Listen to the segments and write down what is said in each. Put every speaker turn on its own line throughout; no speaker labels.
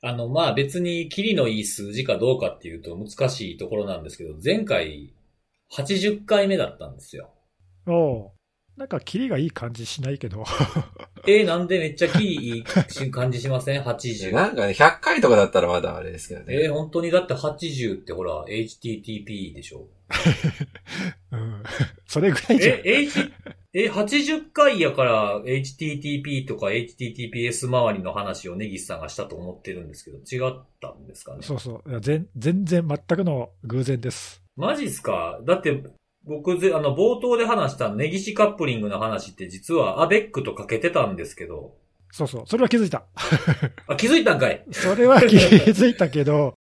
あの、まあ別にキリのいい数字かどうかっていうと難しいところなんですけど、前回80回目だったんですよ。
おうなんか、キリがいい感じしないけど。
えー、なんでめっちゃキリいい感じしません
で
?80。
なんかね、100回とかだったらまだあれですけどね。
えー、本当にだって80ってほら、HTTP でしょ。
うん。それぐらいじゃん
え、。H、え、80回やから HTTP とか HTTPS 周りの話をネギスさんがしたと思ってるんですけど、違ったんですかね
そうそういや。全全然全くの偶然です。
マジっすかだって、僕ぜ、あの、冒頭で話したネギシカップリングの話って実はアベックとかけてたんですけど、
そうそう。それは気づいた。
あ、気づいたんかい
それは気づいたけど、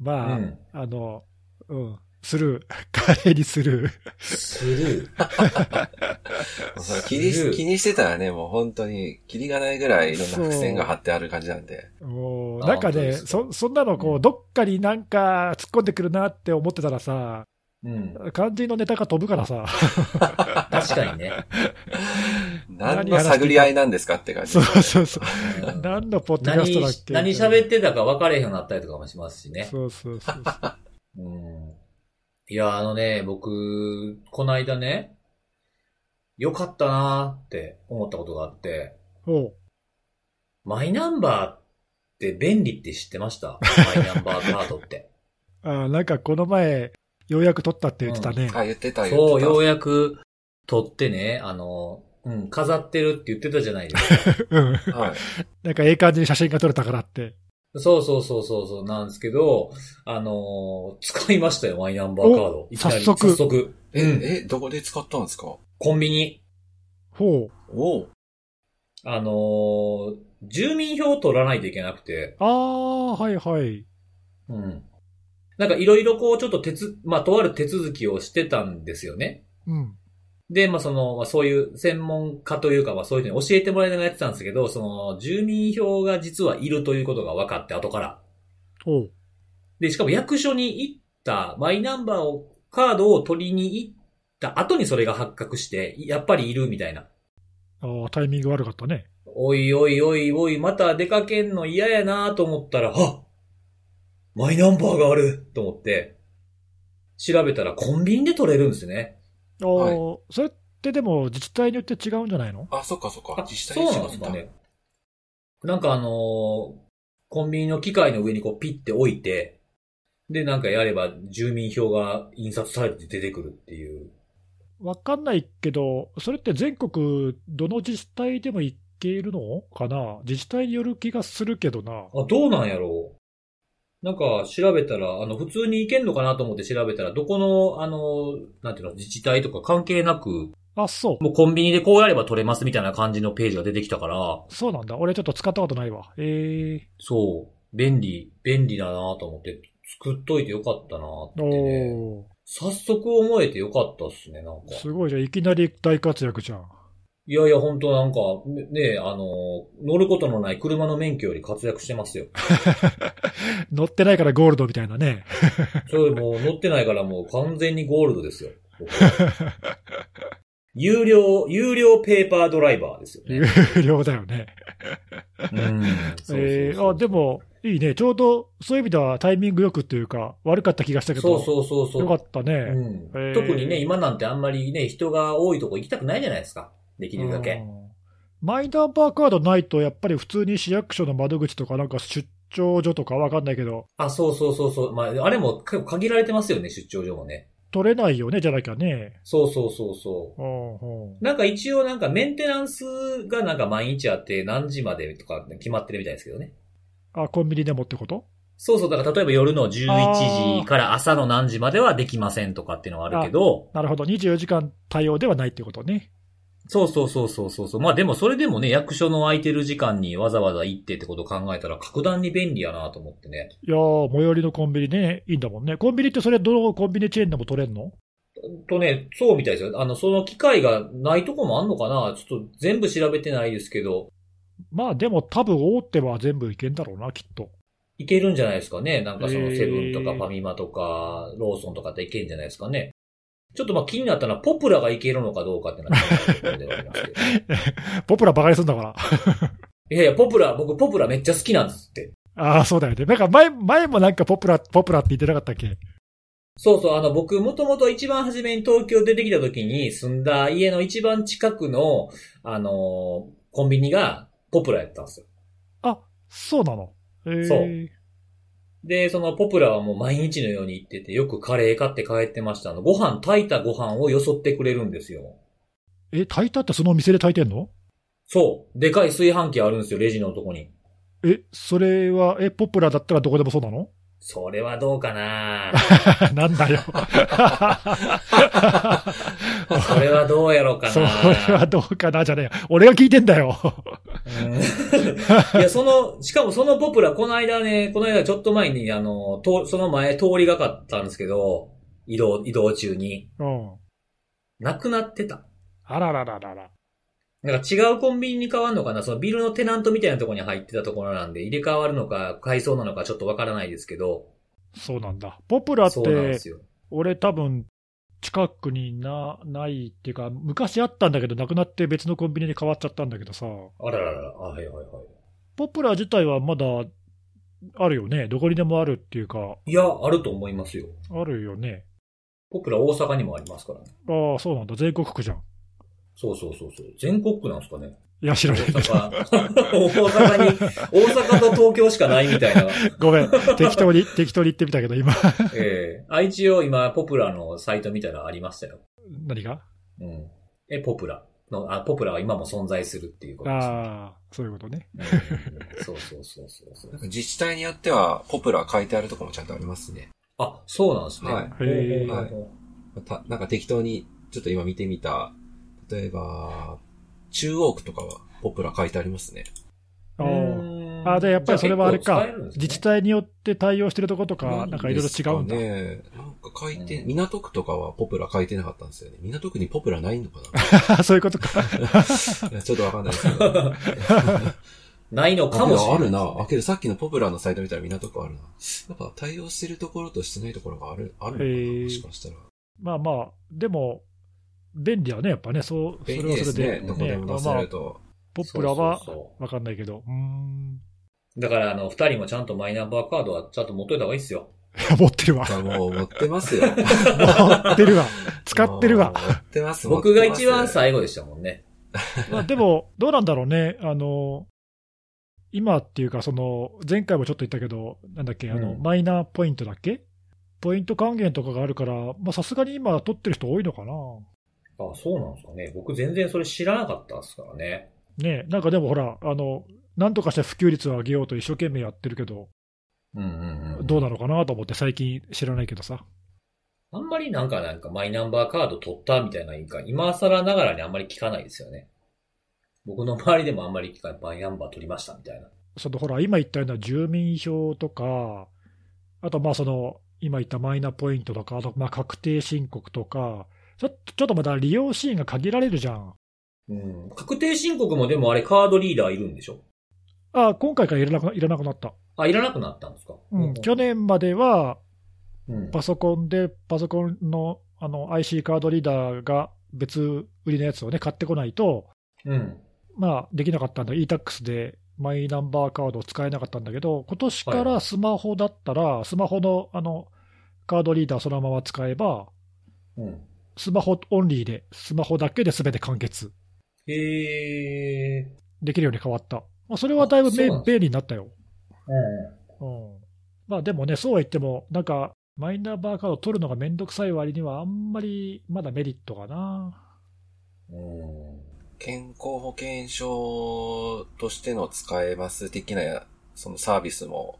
う
まあ、
ん。
あの、うん、スルー。華麗にスルー。
スルー。
もうそれ気にし気にしてたらね、もう本当に、キリがないぐらいいろんな伏線が張ってある感じなんで。
もう、
あ
なんか
本当で
ね、
すか
そ、そんなのこ
う
う、どっかになんか突っ込んでくるなって思ってたらさ、
うん。
肝心のネタが飛ぶからさ、
確かにね。
何の探り合いなんですかって感じ。
そうそうそう。
うん
何のポッドキャス
何
トだっけ、
何喋ってたか分かれへんようになったりとかもしますしね。
そうそうそうそう。
うん。いや、あのね、僕、こないだね、良かったなーって思ったことがあって、
おう
マイナンバーって便利って知ってましたマイナンバーカードって。
あなんかこの前、ようやく撮ったって言ってたね。
あ、言ってた、言ってた。
そう、ようやく取ってね、あの、うん、飾ってるって言ってたじゃない ですか。
うん。
はい。
なんかええ感じに写真が撮れたからって。
そうそうそうそうそうなんですけど、あのー使いましたよ、マイナンバーカード
お。
いきなり
早速
早速。
え、
うん
え、どこで使ったんですか
コンビニ。
ほう。
おう
あのー住民票を取らないといけなくて、
ああ、はいはい。
うん。なんかいろいろこう、ちょっと手つ、まあ、とある手続きをしてたんですよね。
うん。
で、まあ、その、まあ、そういう専門家というか、まあ、そういうふうに教えてもらいながらやってたんですけど、その、住民票が実はいるということが分かって、後から。
ほう。
で、しかも役所に行った、マイナンバーを、カードを取りに行った後にそれが発覚して、やっぱりいるみたいな。
ああ、タイミング悪かったね。
おいおいおいおい、また出かけんの嫌やなと思ったら、あマイナンバーがあると思って、調べたらコンビニで取れるんですね。
ああ、
はい
それってでも自治体によって違うんじゃないの
あ、そっかそっか
あ。
自治
そ
体
う
に
なん
違
です
った
か。ね。なんかあのーコンビニの機械の上にこうピッて置いて、で、なんかやれば住民票が印刷されて出てくるっていう。
わかんないけど、それって全国、どの自治体でもいけるのかな自治体による気がするけどな。
あ、どうなんやろう。なんか調べたら、あの、普通に行けんのかなと思って調べたら、どこの、あの、なんていうの、自治体とか関係なく、
あ、そ
もうコンビニでこうやれば取れますみたいな感じのページが出てきたから、
う。そうなんだ。俺ちょっと使ったことないわ。え
そう、便利、便利だなと思って、作っといてよかったなって
ー。
ね。
お
早速思えてよかったっすね、なんか
ー。すごいじゃん。いきなり大活躍じゃん。
いやいや、本当なんか、ねね、あの、乗ることのない車の免許より活躍してますよ。
乗ってないからゴールドみたいなね。
それもう乗ってないからもう完全にゴールドですよ。僕 有料、有料ペーパードライバーですよ
有
ね。
料だよね。
うん。そうそうそう
えーあ、で、も、いいね。ちょうど、そういう意味ではタイミングよくっていうか、悪かった気がしたけど、
そうそうそうそう。
よかったね。
うん
へー
特にね、今なんてあんまりね、人が多いとこ行きたくないじゃないですか。できるだ
う
け。
んマイナンバーカードないと、やっぱり普通に市役所の窓口とか、なんか出張所とかわかんないけど、
あ、そうそうそうそう。まあ、あれも結構限られてますよね、出張所もね。
取れないよね、じゃなきゃね。
そうそうそうそう。
うんうん
なんか一応なんかメンテナンスがなんか毎日あって何時までとか決まってるみたいですけどね。
あ、コンビニでもってこと
そうそう、だから例えば夜の11
あー
時から朝の何時まではできませんとかっていうのがあるけど、
なるほど。24時間対応ではないってことね。
そうそうそうそうそうそう。まあでもそれでもね、役所の空いてる時間にわざわざ行ってってことを考えたら格段に便利やなと思ってね。
いやー、最寄りのコンビニね、いいんだもんね。コンビニってそれ、どのコンビニチェーンでも取れんの
とね、そうみたいですよ。あの、その機会がないとこもあんのかなちょっと全部調べてないですけど、
まあでも、多分大手は全部いけんだろうな、きっと。
いけるんじゃないですかね。なんかその
へー
セブンとかファミマとかローソンとかっていけるんじゃないですかね。ちょっとまあ気になったのはポプラがいけるのかどうかってなってるところではありますけど。
ポプラバカにすんだから。
いやいや、ポプラ、僕ポプラめっちゃ好きなんですって。
ああ、そうだよね。なんか前、前もなんかポプラ、ポプラって言ってなかったっけ
そうそう、あの、僕、もともと一番初めに東京出てきた時に住んだ家の一番近くの、あのーコンビニがポプラやったんですよ。
そうなの。えー、
そうで、そのポプラはもう毎日のように行ってて、よくカレー買って帰ってました。あの、ご飯、炊いたご飯をよそってくれるんですよ。
え、炊いたってそのお店で炊いてんの
そう。でかい炊飯器あるんですよ、レジのとこに。
え、それは、え、ポプラだったらどこでもそうなの
それはどうかな
なんだ よ。
それはどうやろうかな
それはどうかなじゃねえよ。俺が聞いてんだよ。
うんいや、その、しかもそのポプラ、この間ね、この間ちょっと前に、あの、とその前通りがかったんですけど、移動、移動中に、
うん。
なくなってた。
あららららら。
なんか違うコンビニに変わるのかなそのビルのテナントみたいなところに入ってたところなんで、入れ替わるのか、改装なのかちょっとわからないですけど、
そうなんだ。ポプラっ
そうなんで
て、
すよ。
俺多分、近くにな、ないっていうか、昔あったんだけど、なくなって別のコンビニに変わっちゃったんだけどさ、
あらららら、あはいはいは
ポプラ自体はまだ、あるよね。どこにでもあるっていうか、
い。いや、あると思いますよ。
あるよね。
ポプラ大阪にもありますからね。
ああ、そうなんだ。全国区じゃん。
そうそうそうそう。全国区なんですかね。
いや、知ら
大
ないけど。
阪。 大阪に、大阪と東京しかないみたいな。
ごめん。適当に、適当に言ってみたけど、今、
ええあ、一応今、ポプラのサイト見たらありましたよ。
何が
うん。え、ポプラの、あ、ポプラは今も存在するっていうことですね。
ああ、そういうことね。
うんそうそうそうそうそう。
自治体によっては、ポプラ書いてあるとこもちゃんとありますね。
あ、そうなんですね。
はい
へー
はい
た、なんか適当に、ちょっと今見てみた、例えば、中央区とかは、ポプラ書いてありますね。
あ
う
あ。
ーん
ああ、で、やっぱりそれはあれ
じゃ
か
結構使えるん。ですね
自治体によって対応してるとことか、なんかいろいろ違うんだ。
ね。なんか書いて、
うん
港区とかはポプラ書いてなかったんですよね。港区にポプラないの か
そういうことか。
なちょっとわかんないですけ ど。
ないの
あ
かもしれない。
あるな。あ、けどさっきのポプラのサイト見たら港区あるな。やっぱ対応してるところとしてないところがある、あるのか
へ
な
ー
もしかしたら。
まあまあ、でも、便利はね、やっぱね、そう、それ
便
は
利で
そ
す
れで、
ね。
それで
どこでも出せ
まあ
る、と。
ポップラは
そうそうそ
わかんないけど、うーん、
うだから、あの、二人もちゃんとマイナンバーカードはちゃんと持っといた方がいいですよ。
いや持ってるわ、
あもう持っ てますよ。
持ってるわ、使ってるわ
も。う持ってます、
僕が一
持
番
ってます
最後でしたもんね。
まあでも、どうなんだろうね、あの、今っていうか、その、前回もちょっと言ったけど、なんだっけ、あの、
うん
マイナーポイントだっけポイント還元とかがあるから、まあさすがに今取ってる人多いのかな。
あ、そうなんですかね。僕全然それ知らなかったですからね。
ねなんかでもほら、あの、なんとかして普及率を上げようと一生懸命やってるけど、
うんうんうん。
どうなのかなと思って最近知らないけどさ。
あんまりなんかなんかマイナンバーカード取ったみたいな言い方、今更ながらにあんまり聞かないですよね。僕の周りでもあんまり聞かない。マイナンバー取りましたみたいな。
そのほら、今言ったような住民票とか、あとまあその、今言ったマイナポイントとか、あとまあ確定申告とか、ちょちょっとまだ利用シーンが限られるじゃん。
うん。確定申告もでもあれカードリーダーいるんでしょ
あ今回からいらなくいらなくなった、
あ、いらなくなったんですか
うん去年までは
うん。
パソコンで、パソコンのあの IC カードリーダーが別売りのやつを、ね、買ってこないと、
うん。
まあ、できなかったんだ、e-tax でマイナンバーカードを使えなかったんだけど、今年か
はいは
らスマホだったら、スマホのあのカードリーダーそのまま使えば、
うん。
スマホオンリーで、スマホだけで全て完結
へえ。
できるように変わった。まあ、それはだいぶ
あそう
め
なんです
便利になったよ。
う
うんまあ、でもね、そうは言っても、なんか、マイナンバーカードを取るのがめんどくさい割には、あんまりまだメリットがな。
ん。うん。
健康保険証としての使えます的な、そのサービスも、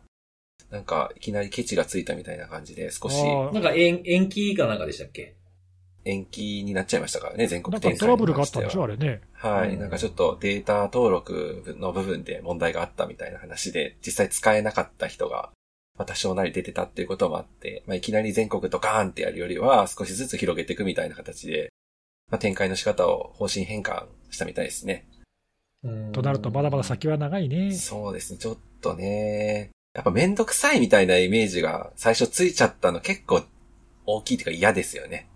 なんか、いきなりケチがついたみたいな感じで、少し
あ
な
あ
んか延延期かなんかでしたっけ
延期になっちゃいましたからね、全国
なん
展
か
開
トラブルがあったんでしょ、あ
れ。
れね。
は
う
い。
ん
なんかちょっとデータ登録の部分で問題があったみたいな話で、実際使えなかった人が、まあ多少なり出てたっていうこともあって、まあいきなり全国ドカーンってやるよりは、少しずつ広げていくみたいな形で、まあ展開の仕方を方針変換したみたいですね。
となると、まだまだ先は長いね。
そうですね、ちょっとね。やっぱめんどくさいみたいなイメージが最初ついちゃったの結構大きいというか嫌ですよね。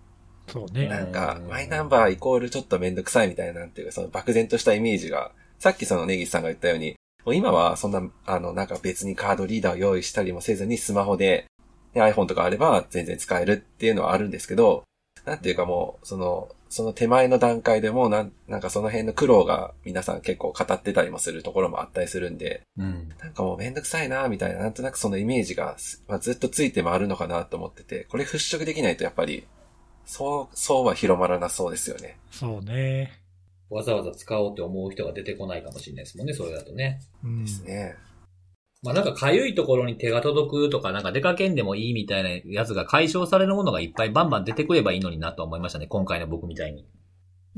そう
な
ね。
んか、マイナンバーイコールちょっとめんどくさいみたいなんていうか、その漠然としたイメージが、さっきそのネギさんが言ったように、もう今はそんな、あの、なんか別にカードリーダーを用意したりもせずにスマホで、ね iPhone とかあれば全然使えるっていうのはあるんですけど、なんていうかもう、その、その手前の段階でもうなん、なんかその辺の苦労が皆さん結構語ってたりもするところもあったりするんで、
うん。
なんかもうめんどくさいなみたいな、なんとなくそのイメージがす、まあ、ずっとついて回るのかなと思ってて、これ払拭できないとやっぱり、そう、そうは広まらなそうですよね。
そうね。
わざわざ使おうって思う人が出てこないかもしれないですもんね、それだとね。
うん
ですね。
まあなんか痒いところに手が届くとか、なんか出かけんでもいいみたいなやつが解消されるものがいっぱいバンバン出てくればいいのになと思いましたね、今回の僕みたいに。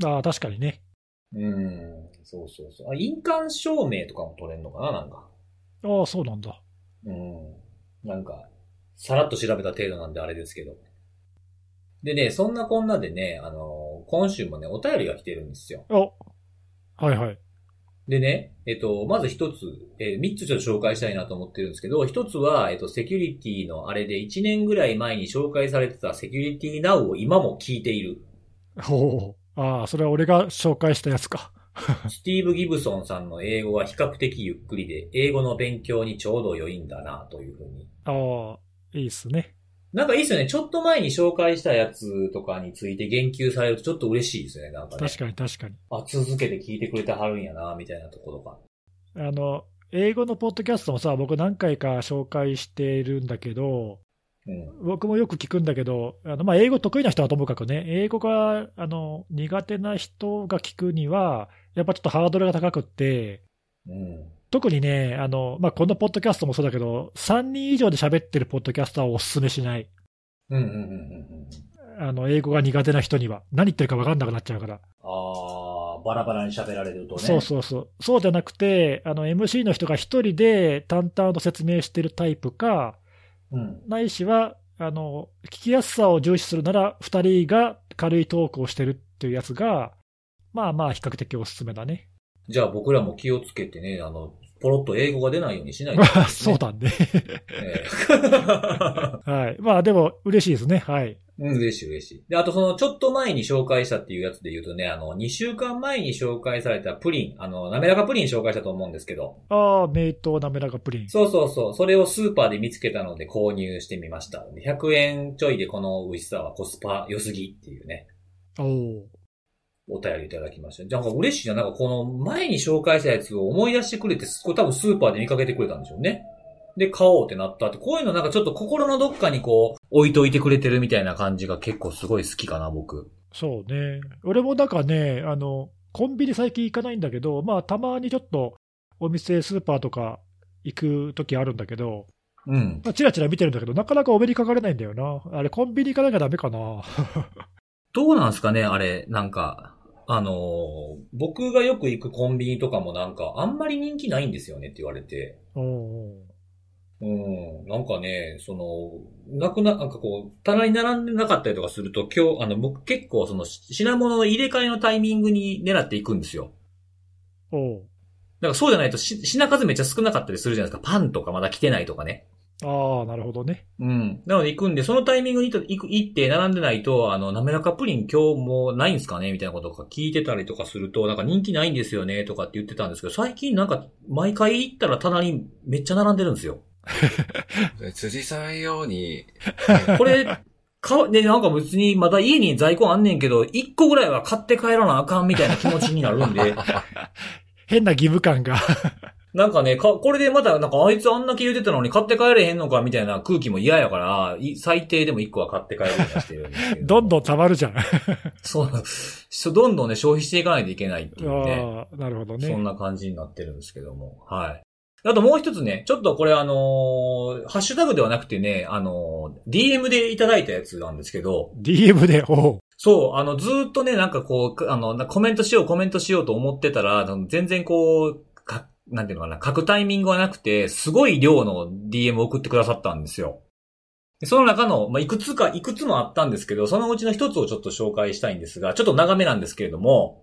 ああ、確かにね。
うん、そうそうそう。あ、印鑑証明とかも取れるのかな、なんか。
ああ、そうなんだ。
うん。なんか、さらっと調べた程度なんであれですけど。でね、そんなこんなでね、あのー今週もね、お便りが来てるんですよ。
あはいはい。
でね、えっと、まず一つ、えー三つちょっと紹介したいなと思ってるんですけど、一つは、えっと、セキュリティのあれで1年ぐらい前に紹介されてたセキュリティナウを今も聞いている。
おお。ああ、それは俺が紹介したやつか。
スティーブ・ギブソンさんの英語は比較的ゆっくりで、英語の勉強にちょうど良いんだな、というふうに。
ああ、いいっすね。
なんかいいですよね。ちょっと前に紹介したやつとかについて言及されるとちょっと嬉しいですよね、なんかね。
確かに確かに。
あ、続けて聞いてくれてはるんやな、みたいなところが。
あの、英語のポッドキャストもさ、僕何回か紹介してるんだけど、
うん。
僕もよく聞くんだけど、あのまあ、英語得意な人はともかくね、英語があの苦手な人が聞くには、やっぱちょっとハードルが高くって、
うん。
特にね、あのまあ、このポッドキャストもそうだけど、3人以上で喋ってるポッドキャストはお勧めしない、
うん、うん、うん、うん。
あの英語が苦手な人には、何言ってるか分かんなくなっちゃうから、
あー、バラバラに喋られるとね。
そうそうそう、そうじゃなくて、あの MC の人が1人で淡々と説明してるタイプか、
う。うん。
ないしは、あの聞きやすさを重視するなら、2人が軽いトークをしてるっていうやつが、まあまあ、比較的おすすめだね。
じゃあ僕らも気をつけてね、あの、ポロッと英語が出ないようにしないと、
そう。だね。
え
はい。まあ、でも、嬉しいですね。はい。
えうん、嬉しい嬉しい。で、あとその、ちょっと前に紹介したっていうやつで言うとね、あの、2週間前に紹介されたプリン、あの、滑らかプリン紹介したと思うんですけど、
ああ、名刀なめらかプリン。
そうそうそう。それをスーパーで見つけたので購入してみました。100円ちょいでこの美味しさはコスパ良すぎっていうね、
おお
お便りいただきました。なんか嬉しいな。なんかこの前に紹介したやつを思い出してくれて、これ多分スーパーで見かけてくれたんでしょうね。で、買おうってなったって、こういうのなんかちょっと心のどっかにこう、置いといてくれてるみたいな感じが結構すごい好きかな、僕。
ー。そうね。俺もなんかね、あの、コンビニ最近行かないんだけど、まあ、たまにちょっと、お店、スーパーとか行く時あるんだけど、
うん。
まあ、チラチラ見てるんだけど、なかなかお目にかかれないんだよな。あれ、コンビニ行かなきゃダメかな。
どうなんすかね、あれ、なんか。あのー僕がよく行くコンビニとかもなんか、あんまり人気ないんですよねって言われて。
おお
うん、なんかね、その、なくな、なんかこう、棚に並んでなかったりとかすると、今日、あの、僕結構その、し品物の入れ替えのタイミングに狙っていくんですよ。
おお
だからそうじゃないとし、品数めっちゃ少なかったりするじゃないですか。パンとかまだ来てないとかね。
ああ、なるほどね。
うん。なので行くんで、そのタイミングに行く行って並んでないと、あの、滑らかプリン今日もうないんすかねみたいなこととか聞いてたりとかすると、なんか人気ないんですよねとかって言ってたんですけど、最近なんか、毎回行ったら棚にめっちゃ並んでるんですよ。
辻さん用 に、
これ、か、ね、なんか別にまだ家に在庫あんねんけど、一個ぐらいは買って帰らなあかんみたいな気持ちになるん で、
変な義務 感が。
なんかね、か、これでまたなんかあいつあんだけ言うてたのに買って帰れへんのかみたいな空気も嫌やから、い最低でも一個は買って帰るようにはしてるんですけど。
どんどん溜ま るじゃん。あ
そうなんそう、どんどんね、消費していかないといけないっていうね。
あ、なるほどね。
そんな感じになってるんですけども。はい。あともう一つね、ちょっとこれあのーハッシュタグではなくてね、あのー DM でいただいたやつなんですけど、
DM で、おお
そう、あの、ずーっとね、なんかこうく、あの、なコメントしよう、コメントしようと思ってたら、あの全然こう、か、なんていうのかな、書くタイミングがなくて、すごい量の DM を送ってくださったんですよ。でその中の、まあ、いくつか、いくつもあったんですけど、そのうちの一つをちょっと紹介したいんですが、ちょっと長めなんですけれども、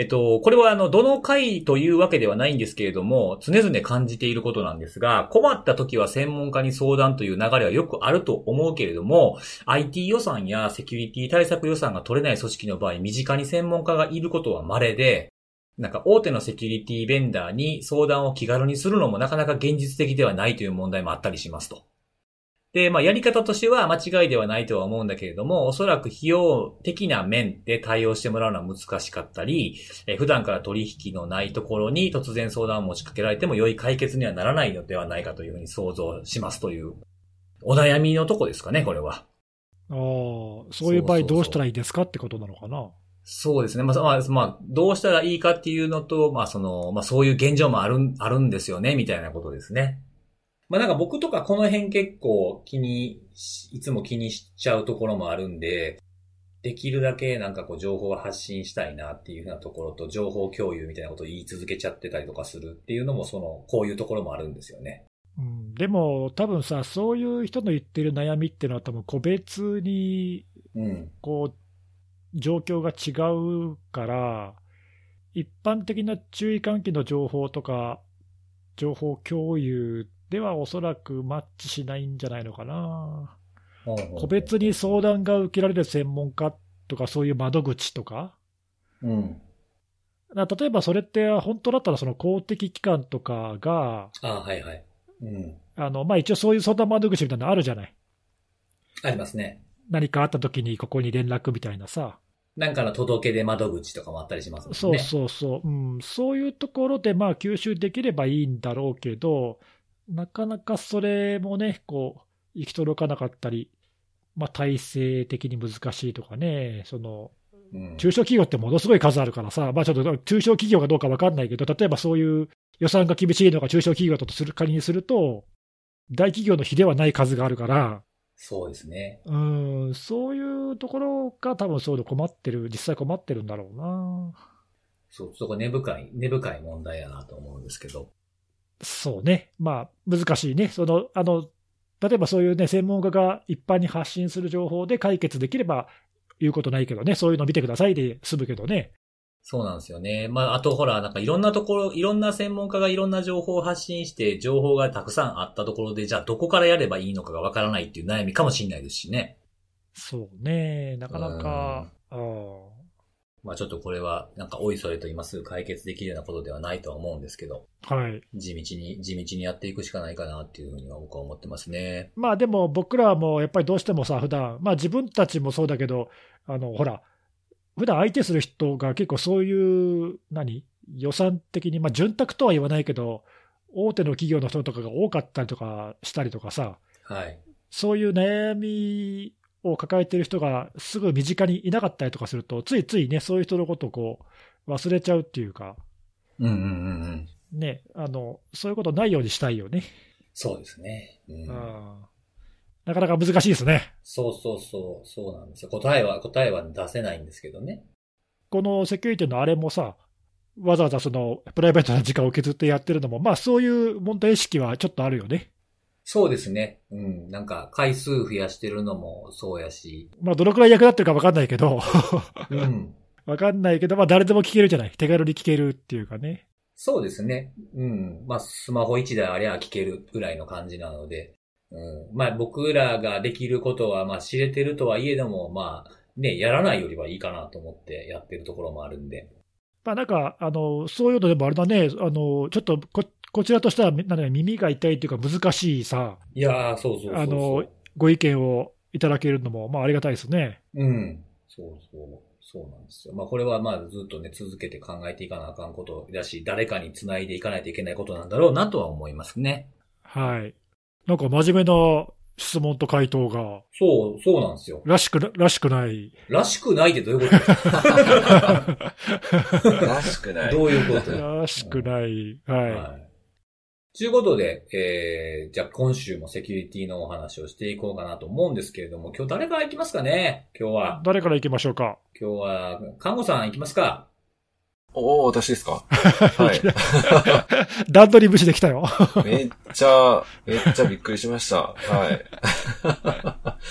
えっと、これはあの、どの回というわけではないんですけれども、常々感じていることなんですが、困った時は専門家に相談という流れはよくあると思うけれども、IT 予算やセキュリティ対策予算が取れない組織の場合、身近に専門家がいることは稀で、なんか大手のセキュリティベンダーに相談を気軽にするのもなかなか現実的ではないという問題もあったりしますと。で、まあやり方としては間違いではないとは思うんだけれども、おそらく費用的な面で対応してもらうのは難しかったり、えー普段から取引のないところに突然相談を持ちかけられても良い解決にはならないのではないかというふうに想像しますという、お悩みのとこですかね、これは。
あーそういう場合、どうしたらいいですかってことなのかな。
そうですね。まあ、まあ、まあ、どうしたらいいかっていうのと、まあ、その、まあ、そういう現状もあるん、あるんですよね、みたいなことですね。まあ、なんか僕とかこの辺結構気にし、いつも気にしちゃうところもあるんで、できるだけなんかこう情報を発信したいなっていうふうなところと、情報共有みたいなことを言い続けちゃってたりとかするっていうのも、その、こういうところもあるんですよね。
うん、でも、多分さ、そういう人の言ってる悩みっていうのは、多分個別に
うん。
こう状況が違うから、一般的な注意喚起の情報とか、情報共有ではおそらくマッチしないんじゃないのかな。個別に相談が受けられる専門家とか、そういう窓口とか、
うん。
な例えばそれって、本当だったらその公的機関とかが、
ああ、はいはい。うん。
あのまあ、一応そういう相談窓口みたいなのあるじゃない。
ありますね。
何かあった時にここに連絡みたいなさ、
なんかの届け出窓口とかもあったりしますもんね。
そうそうそう、うん、そういうところでまあ吸収できればいいんだろうけど、なかなかそれもね、こう行き届かなかったり、まあ、体制的に難しいとかね、その
うん。
中小企業ってものすごい数あるからさ、まあ、ちょっと中小企業かどうか分かんないけど、例えばそういう予算が厳しいのが中小企業だとする仮にすると、大企業の比ではない数があるから、
そうですね。
うん、そういうところが多分そういうの困ってる、実際困ってるんだろうな。
そう、そこ根深い、根深い問題やなと思うんですけど。
そうね、まあ、難しいね、そのあの例えばそういうね、専門家が一般に発信する情報で解決できれば言うことないけどね、そういうの見てくださいで済むけどね、
そうなんですよね。まあ、あとほら、なんかいろんなところ、いろんな専門家がいろんな情報を発信して、情報がたくさんあったところで、じゃあどこからやればいいのかがわからないっていう悩みかもしれないですしね。
そうね、なかなか、あー
まあちょっとこれは、なんかおいそれと今すぐ解決できるようなことではないとは思うんですけど、
はい、
地道に、地道にやっていくしかないかなっていうふうには僕は思ってますね。
まあでも僕らもやっぱりどうしてもさ、普段まあ自分たちもそうだけど、あのほら、普段相手する人が結構そういう、何、予算的に、まあ、潤沢とは言わないけど、大手の企業の人とかが多かったりとかしたりとかさ、
はい。
そういう悩みを抱えてる人がすぐ身近にいなかったりとかすると、ついついね、そういう人のことをこう忘れちゃうっていうか、
うんうんうんうん。
ね、あのそういうことないようにしたいよね。
そうですね。うん
うんなかなか難しいですね。
そうそうそう、そうなんですよ。答えは、答えは出せないんですけどね。
このセキュリティのあれもさ、わざわざそのプライベートな時間を削ってやってるのも、まあそういう問題意識はちょっとあるよね。
そうですね。うん。なんか、回数増やしてるのもそうやし。
まあどのくらい役立ってるか分かんないけど、
うん。
分かんないけど、まあ誰でも聞けるじゃない。手軽に聞けるっていうかね。
そうですね。うん。まあ、スマホ1台あれば聞けるぐらいの感じなので。うん。まあ、僕らができることは、まあ、知れてるとはいえども、まあ、ね、やらないよりはいいかなと思ってやってるところもあるんで。
まあなんか、あの、そういうのでもあれだね、あの、ちょっとこ、こちらとしては、なんだね耳が痛いというか難しいさ、
いやー、そうそうそうそう。
あの、ご意見をいただけるのも、まあありがたいですね。
うん。そうそう。そうなんですよ。まあ、これはまあ、ずっとね、続けて考えていかなあかんことだし、誰かに繋いでいかないといけないことなんだろうなとは思いますね。
はい。なんか真面目な質問と回答が、
そう、そうなんですよ。
らしくな、らしくない。
らしくないってどういうこと
らしくな い。
どういうこと
らしくない。はい。
はい。ということで、えー、じゃあ今週もセキュリティのお話をしていこうかなと思うんですけれども、今日誰から行きますかね今日は。
誰から行きましょうか。
今日は、看護さん行きますか
おお、私です かはい。
段取り無視できたよ。
めっちゃ、めっちゃびっくりしました。は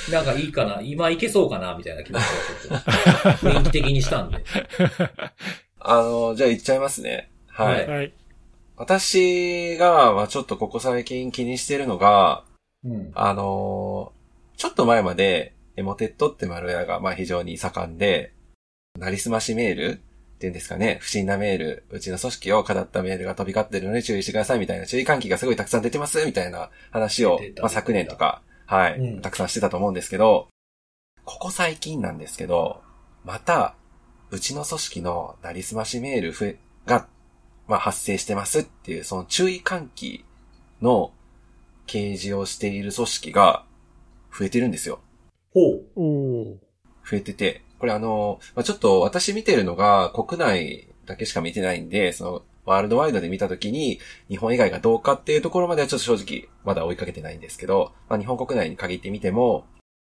い。
なんかいいかな今行けそうかなみたいな気持ちがちょ っと、雰囲気的にしたんで。
あの、じゃあ行っちゃいますね。はい。
は
はい。
私が、まあちょっとここ最近気にしてるのが、
うん。
あのーちょっと前まで、エモテットってマルウェアが、まあ非常に盛んで、なりすましメールいうんですかね、不審なメール、うちの組織を語ったメールが飛び交ってるので注意してくださいみたいな、注意喚起がすごいたくさん出てますみたいな話を
出、た
まあ、昨年とか、はい、
うん
たくさんしてたと思うんですけど、ここ最近なんですけど、また、うちの組織のなりすましメール増えが、まあ、発生してますっていう、その注意喚起の掲示をしている組織が増えてるんですよ。
ほう。
おお
増えてて、これあの、まあ、ちょっと私見てるのが国内だけしか見てないんで、その、ワールドワイドで見たときに、日本以外がどうかっていうところまではちょっと正直、まだ追いかけてないんですけど、まあ、日本国内に限ってみても、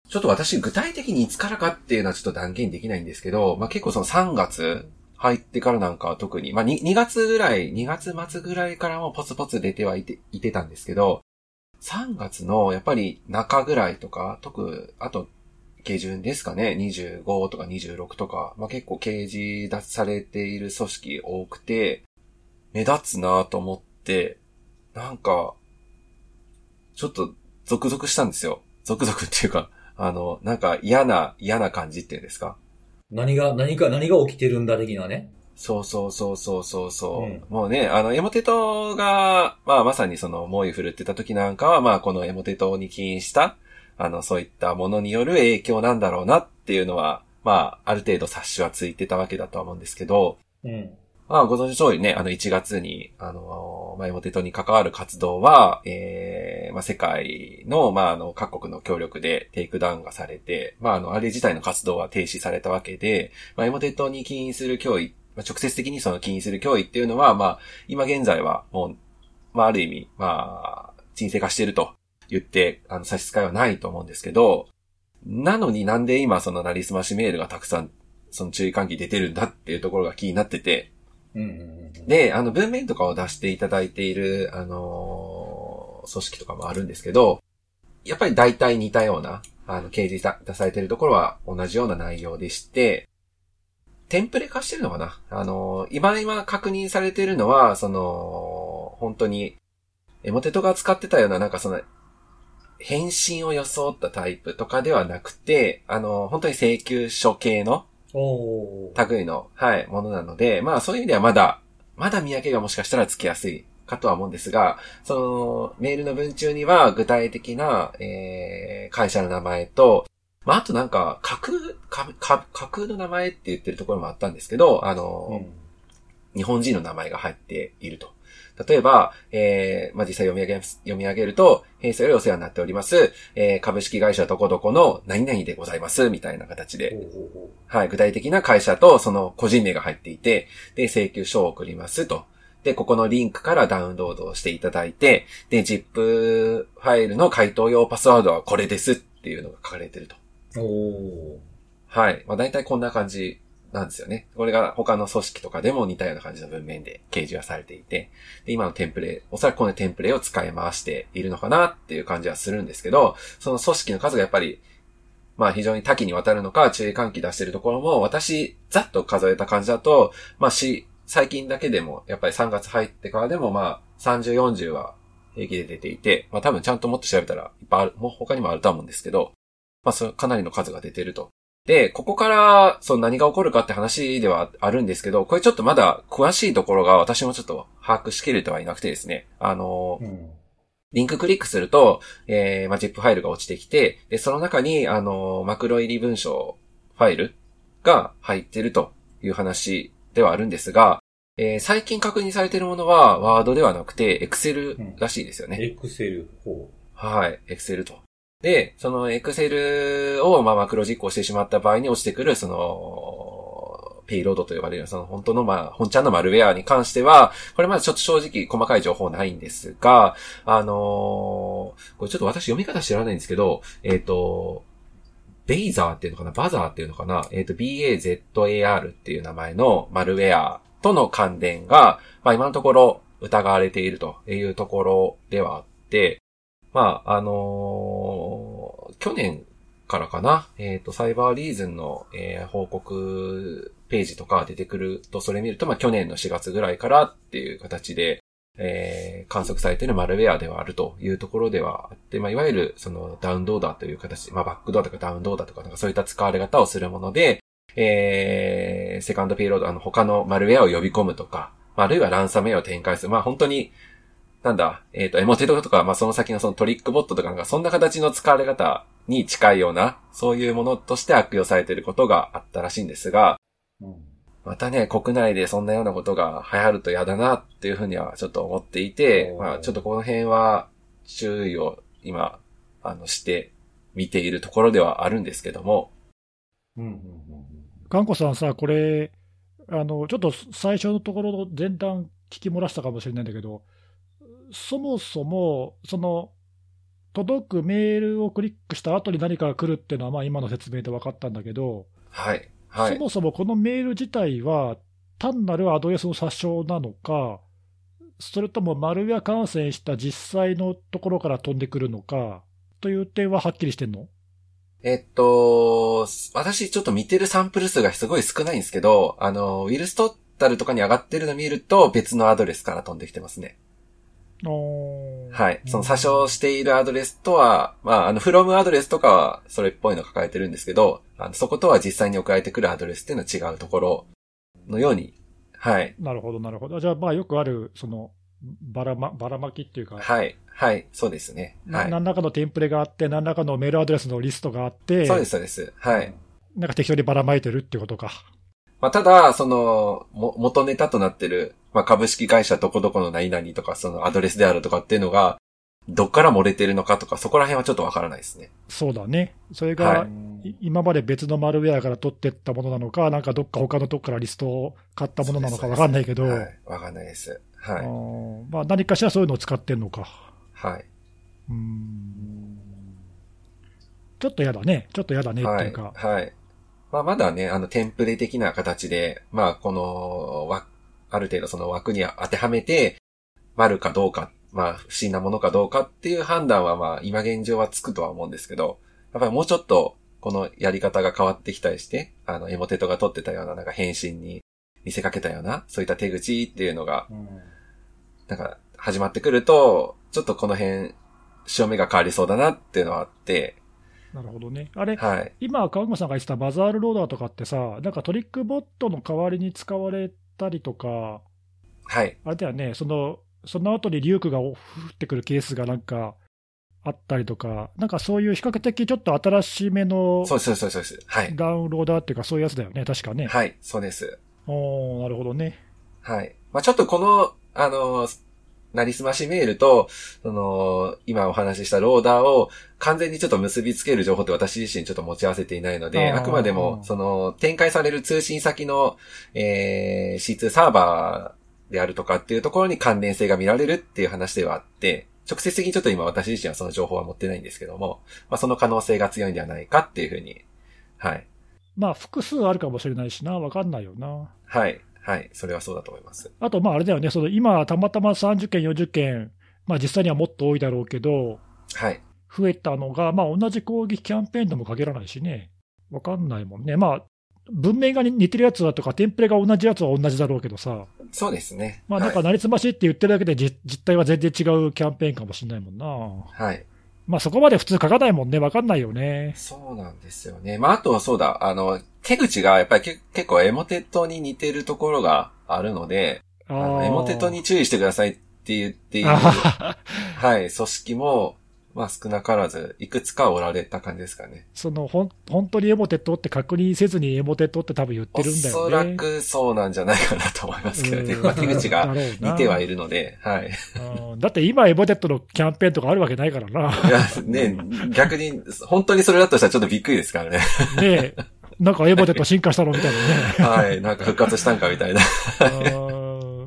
ちょっと私具体的にいつからかっていうのはちょっと断言できないんですけど、まあ、結構その3月入ってからなんかは特に、まあ、2, 月ぐらい、2月末ぐらいからもポツポツ出てはいて、いてたんですけど、3月のやっぱり中ぐらいとか、特、あと下旬ですかね、25とか26とか、まあ、結構掲示出されている組織多くて、目立つなと思って、なんか、ちょっと、ゾクゾクしたんですよ。ゾクゾクっていうか、あの、なんか嫌な、嫌な感じっていうんですか。
何が、何か、何が起きてるんだ的なね。
そうそうそうそうそうそう、
うん
もうね、あの、エモテトが、まあまさにその、猛威振るってた時なんかは、まあこのエモテトに起因した、あの、そういったものによる影響なんだろうなっていうのは、まあ、ある程度察しはついてたわけだとは思うんですけど、
うん。
まあ、ご存知の通りね、あの、1月に、あの、まあ、エモテトに関わる活動は、えーまあ、世界の、まあ、あの、各国の協力でテイクダウンがされて、まあ、あの、あれ自体の活動は停止されたわけで、まあ、エモテトに起因する脅威、まあ、直接的にその起因する脅威っていうのは、まあ、今現在は、もう、まあ、ある意味、まあ、沈静化してると言って、あの、差し支えはないと思うんですけど、なのになんで今、その、なりすましメールがたくさん、その注意喚起出てるんだっていうところが気になってて、
うんうん
で、あの、文面とかを出していただいている、あのー組織とかもあるんですけど、やっぱり大体似たような、あの、掲示さ出されているところは同じような内容でして、テンプレ化してるのかなあのー今今確認されているのは、その、本当に、エモテトが使ってたような、なんかその、返信を装ったタイプとかではなくて、あのー本当に請求書系の、
うん。おー。
類の、はい、ものなので、まあそういう意味ではまだ、まだ見分けがもしかしたらつきやすいかとは思うんですが、その、メールの文中には具体的な、えー、会社の名前と、まああとなんか、架空、かか架空の名前って言ってるところもあったんですけど、あの、
うん。
日本人の名前が入っていると。例えば、えー、まあ、実際読み上げます、読み上げると、弊社よりお世話になっております、えー、株式会社どこどこの何々でございます、みたいな形で
ほうほうほ
はい、具体的な会社とその個人名が入っていて、で、請求書を送りますと。で、ここのリンクからダウンロードをしていただいて、で、ZIP ファイルの回答用パスワードはこれですっていうのが書かれてると。
うおー。
はい。まあ大体こんな感じなんですよね。これが他の組織とかでも似たような感じの文面で掲示がされていて、で、今のテンプレ、おそらくこのテンプレを使い回しているのかなっていう感じはするんですけど、その組織の数がやっぱり、まあ非常に多岐にわたるのか、注意喚起出してるところも、私、ざっと数えた感じだと、まあし、最近だけでも、やっぱり3月入ってからでも、まあ、30、40は平気で出ていて、まあ多分ちゃんともっと調べたら、いっぱいある、もう他にもあるとは思うんですけど、まあそのかなりの数が出てると。で、ここから、その何が起こるかって話ではあるんですけど、これちょっとまだ詳しいところが私もちょっと把握しきれてはいなくてですね、あの
う、ん。
リンククリックすると、えー、まあ、ZIP ファイルが落ちてきて、で、その中に、あの、マクロ入り文章ファイルが入ってるという話ではあるんですが、えー、最近確認されているものは、ワードではなくて、Excel らしいですよね。
エクセル、ほ
はい、エクセルと。で、そのエクセルをまあマクロ実行してしまった場合に落ちてくる、その、ペイロードと呼ばれる、その本当のまあ、本ちゃんのマルウェアに関しては、これまだちょっと正直細かい情報ないんですが、あのーこれちょっと私読み方知らないんですけど、えっ、と、ベイザーっていうのかなバザーっていうのかなえっ、と、BAZAR っていう名前のマルウェアとの関連が、まあ今のところ疑われているというところではあって、まあ、あのー去年からかな、えっ、と、サイバーリーズンの、えー報告ページとか出てくると、それ見ると、まあ、去年の4月ぐらいからっていう形で、えー観測されているマルウェアではあるというところではあって、まあ、いわゆる、その、ダウンローダーという形、まあ、バックドアとかダウンローダーとか、なんかそういった使われ方をするもので、えー、セカンドペイロード、あの、他のマルウェアを呼び込むとか、まああるいはランサムウェアを展開する。まあ、本当に、なんだ、えっ、と、エモテドとか、まあ、その先のそのトリックボットとかなんか、そんな形の使われ方に近いような、そういうものとして悪用されていることがあったらしいんですが、またね、国内でそんなようなことが流行ると嫌だなっていうふうにはちょっと思っていて
お、ー
まあちょっとこの辺は注意を今、あの、して見ているところではあるんですけども、
うん。うん。
頑固さんさ、これ、あのちょっと最初のところの前段聞き漏らしたかもしれないんだけど、そもそも、その、届くメールをクリックした後に何かが来るっていうのは、まあ今の説明で分かったんだけど、
はい、は
そ
い。
もそもこのメール自体は、単なるアドレスの殺傷なのか、それともマルウェア感染した実際のところから飛んでくるのかという点ははっきりしてんの
えっと、私ちょっと見てるサンプル数がすごい少ないんですけど、あの、ウィルストッタルとかに上がってるの見ると別のアドレスから飛んできてますね。はい。その詐称しているアドレスとは、まあ、あの、from アドレスとかはそれっぽいの抱えてるんですけど、あのそことは実際に送られてくるアドレスっていうのは違うところのように、はい。
なるほど、なるほど。じゃあ、まあ、よくある、その、ばらま、ばらまきっていうか、
はい。はい。そうですね。
な
はい。
何らかのテンプレがあって、何らかのメールアドレスのリストがあって、
そうです、そうです。はい。
なんか適当にばらまいてるってことか。
まあ、ただ、その、も、元ネタとなってる、まあ、株式会社どこどこの何々とか、そのアドレスであるとかっていうのが、どっから漏れてるのかとか、そこら辺はちょっとわからないですね。
そうだね。それ
は
が、い今まで別のマルウェアから取ってったものなのか、なんかどっか他のとこからリストを買ったものなのかわかんないけど、
はい。わかんないです。
あ
はい。
ーまあ、何かしらそういうのを使ってんのか。
はい。
うんちょっと嫌だね。ちょっと嫌だねっていうか。
はい。はい。まあ、まだね、あの、テンプレ的な形で、まあ、この、わ、ある程度その枠に当てはめて、丸かどうか、まあ、不審なものかどうかっていう判断は、まあ、今現状はつくとは思うんですけど、やっぱりもうちょっと、このやり方が変わってきたりして、あの、エモテトが取ってたような、なんか返信に見せかけたような、そういった手口っていうのが、なんか、始まってくると、ちょっとこの辺、潮目が変わりそうだなっていうのはあって、
なるほどね。あれ、
はい。
今、川口さんが言ってたバザールローダーとかってさ、なんかトリックボットの代わりに使われたりとか、
はい。
あれだよね、その、その後にリュークが降ってくるケースがなんかあったりとか、なんかそういう比較的ちょっと新しめの
そうですそうですそうです。はい。
ダウンローダーっていうか、そういうやつだよね、確かね。
はい、そうです。
おーなるほどね。
はい。まあ、ちょっとこの、あのー、なりすましメールと、その、今お話ししたローダーを完全にちょっと結びつける情報って私自身ちょっと持ち合わせていないので、
あー
あくまでも、その、展開される通信先の、えー、C2 サーバーであるとかっていうところに関連性が見られるっていう話ではあって、直接的にちょっと今私自身はその情報は持ってないんですけども、まあ、その可能性が強いんではないかっていうふうに、はい。
まあ、複数あるかもしれないしな、わかんないよな。
はい。はい。それはそうだと思います。
あと、まあ、あれだよね、その今、たまたま30件、40件、まあ、実際にはもっと多いだろうけど、
はい。
増えたのが、まあ、同じ攻撃キャンペーンでも限らないしね、わかんないもんね、まあ、文明が似てるやつだとか、テンプレが同じやつは同じだろうけどさ、
そうですね。
まあ、なんか、なりすましって言ってるだけで、じ実態は全然違うキャンペーンかもしれないもんな、
はい。はい。
まあ、そこまで普通書かないもんね、わかんないよね。
そうなんですよね。まあ、あとはそうだ、あの、手口がやっぱりけ結構エモテットに似てるところがあるので、
あ
あ
ー
のエモテットに注意してくださいって言っている、は
あー
い、組織も、まあ少なからず、いくつかおられた感じですかね。
そのほん本当にエモテットって確認せずにエモテットって多分言って
お
るんだ
そ
よ
ら
ね。
くそうなんじゃないかなと思いますけどね。
うん
まあ手口
だ
が
ろうな
似てはいるので、はい。
うんだって今、エボテットのキャンペーンとかあるわけないからな。
いや、ね、逆に、本当にそれだとしたらちょっとびっくりですからね。
ねえ、なんかエボテット進化したのみたい
はい、なんか復活したんかみたいな。
なね。うん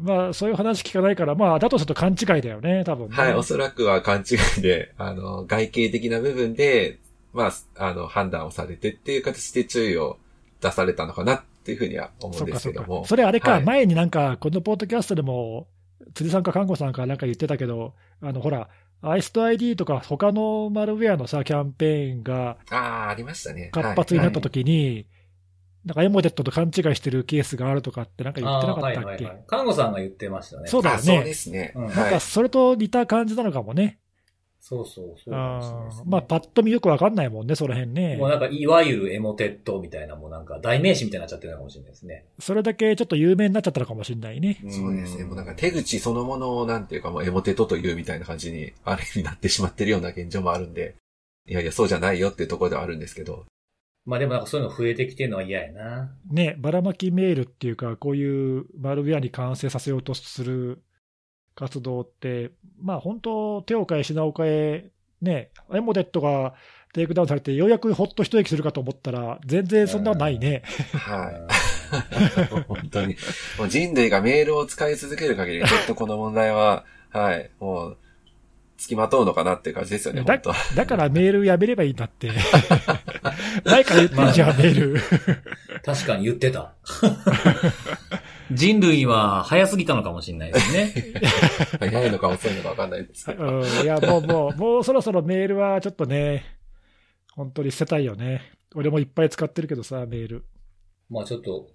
まあ、そういう話聞かないから、まあ、だとすると勘違いだよね、多分ね。
はい、おそらくは勘違いで、あの、外形的な部分で、まあ、あの、判断をされてっていう形で注意を出されたのかなっていうふうには思う
そ
ん
っ
で
か
す
そっ
けど
か。
も。
それあれか、
はい
前になんか、このポッドキャストでも、辻さんか看護さんかなんか言ってたけど、あの、ほら、アイスト ID とか他のマルウェアのさ、キャンペーンが
ああ、ありましたね。
活発になった
と
時に、なんかエモテットと勘違いしてるケースがあるとかってなんか言ってなかったっけ、
はいはいはい。看護さんが言ってましたね。
そうだよ
そう
ね
で。すね。
うん
なん
は
か
い。
それと似た感じなのかもね。
そうそう、そうかもしれない
あ
ですね
ーまあ、パッと見よくわかんないもんね、その辺ね
もう。なんか、いわゆるエモテッドみたいな、もうなんか、代名詞みたいになっちゃってるのかもしれないですね。
それだけちょっと有名になっちゃったのかもしれないね。
そうですね。
ん
もうなんか手口そのものをなんていうかもうエモテトというみたいな感じに、ある意味なってしまってるような現状もあるんで、いやいや、そうじゃないよっていうところではあるんですけど、
まあでもなんかそういうの増えてきてるのは嫌やな。
ね、ばらまきメールっていうか、こういうマルウェアに完成させようとする活動って、まあ本当、手を変え品を変え、ね、エモデットがテイクダウンされて、ようやくほっと一息するかと思ったら、全然そんなことないね。
はい。 本当に。もう人類がメールを使い続ける限 り、ずっとこの問題は、はい、もう、付きまとうのかなっていう感じですよね、
だ
本当。
だからメールやめればいいんだ って。前から言ってんじゃん、メール。
確かに言って た。 人類は早すぎたのかもしれないですね。
早いのか遅いのかわかんないですけど。
うんいや、もうもう、もうそろそろメールはちょっとね、本当に捨てたいよね。俺もいっぱい使ってるけどさ、メール。
まあちょっと、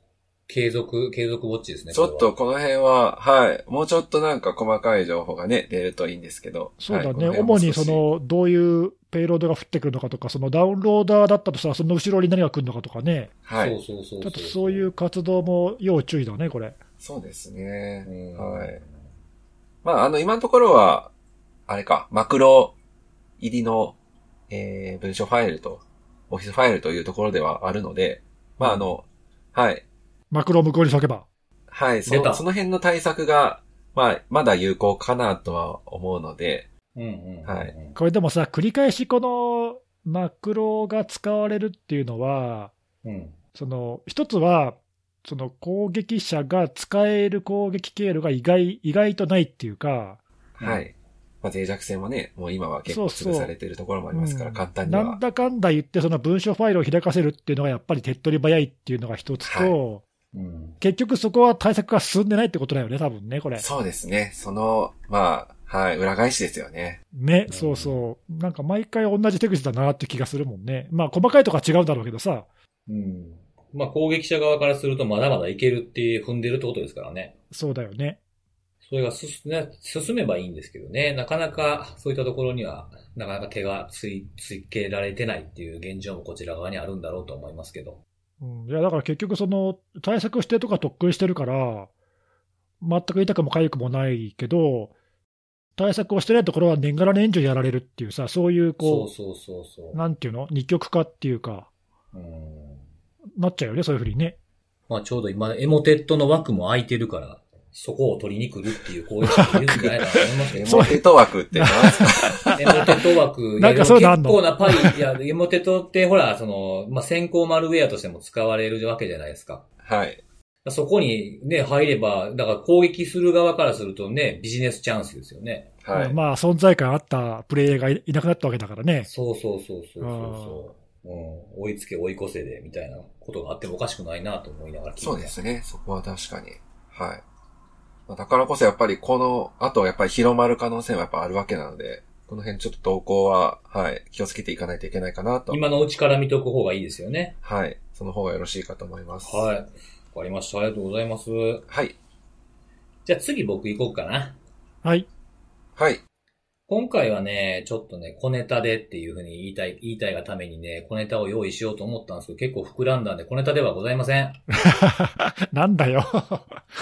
継続、継続ウォッチですね。
ちょっとこの辺は、はい、もうちょっとなんか細かい情報がね、出るといいんですけど。
そうだ
はい
ね、主にそ、のどういうペイロードが降ってくるのかとか、そのダウンローダーだったとさ、その後ろに何が来るのかとかね、
この辺
そ
も少
う
し
そうそうそ
ちょ
う
っとそういう活動も要注意だね、これ。
はい。そうですね。
うん
はい。まあ、あの、今のところは、あれか、マクロ入りの、えー、文書ファイルと、オフィスファイルというところではあるので、まあ、あの、はい、
マクロを向こうに避けば。
はい、そ
出た
のその辺の対策が、まあ、まだ有効かなとは思うので、
うんうんうんうん。
はい
これでもさ、繰り返しこのマクロが使われるっていうのは、
うん。
その一つは、その攻撃者が使える攻撃経路が意外意外とないっていうか、
はい。まあ、脆弱性もね、もう今は結構
そうそう
潰されているところもありますから、
うん
簡単に
なん
は。
だかんだ言って、その文書ファイルを開かせるっていうのがやっぱり手っ取り早いっていうのが一つと、
は
うん。
結局そこは対策が進んでないってことだよね、多分ね、これ。
そうですね。その、まあ、はい、裏返しですよね。
ね、
うん
そうそう。なんか毎回同じ手口だなって気がするもんね。まあ細かいとか違うんだろうけどさ、
うん。まあ攻撃者側からするとまだまだいけるって踏んでるってことですからね。
そうだよね。
それが進ね進めばいいんですけどね、なかなかそういったところには、なかなか手がついつけられてないっていう現状もこちら側にあるんだろうと思いますけど。
うん、いや、だから結局その対策してとか特訓してるから、全く痛くも痒くもないけど、対策をしてないところは年がら年中やられるっていうさ、そういう
そう
こ、
そうそうそう
なんていうの二極化っていうか、
う。うん
なっちゃうよね、そういうふうにね。
まあちょうど今、エモテッドの枠も空いてるから、そこを取りに来るっていう行為者もいるんじゃないかなと思いますけ
エ
ど
モテト枠って何ですか
エモテット枠、
なんかそういうのあん
結
の
構なパイ、いや、エモテットってほら、その、まあ、先行マルウェアとしても使われるわけじゃないですか。
はい。
そこにね、入れば、だから攻撃する側からするとね、ビジネスチャンスですよね。
はい。
まあ存在感あったプレイヤーがいなくなったわけだからね。
そうそうそうそうそうそう、うん。追いつけ追い越せで、みたいなことがあってもおかしくないなと思いながら聞いてた
そうで。すね。そこは確かに。はい。まあだからこそやっぱりこの後やっぱり広まる可能性もやっぱあるわけなので、この辺ちょっと動向は、はい、気をつけていかないといけないかなと。
今のうちから見とく方がいいですよね。
はい。その方がよろしいかと思います。。
はいい。わかりました。ありがとうございます。
はい。
じゃあ次僕行こうかな。
はい。
はい。
今回はね、ちょっとね、小ネタでっていうふうに言いたい、言いたいがためにね、小ネタを用意しようと思ったんですけど、結構膨らんだんで小ネタではございません。
なんだよ。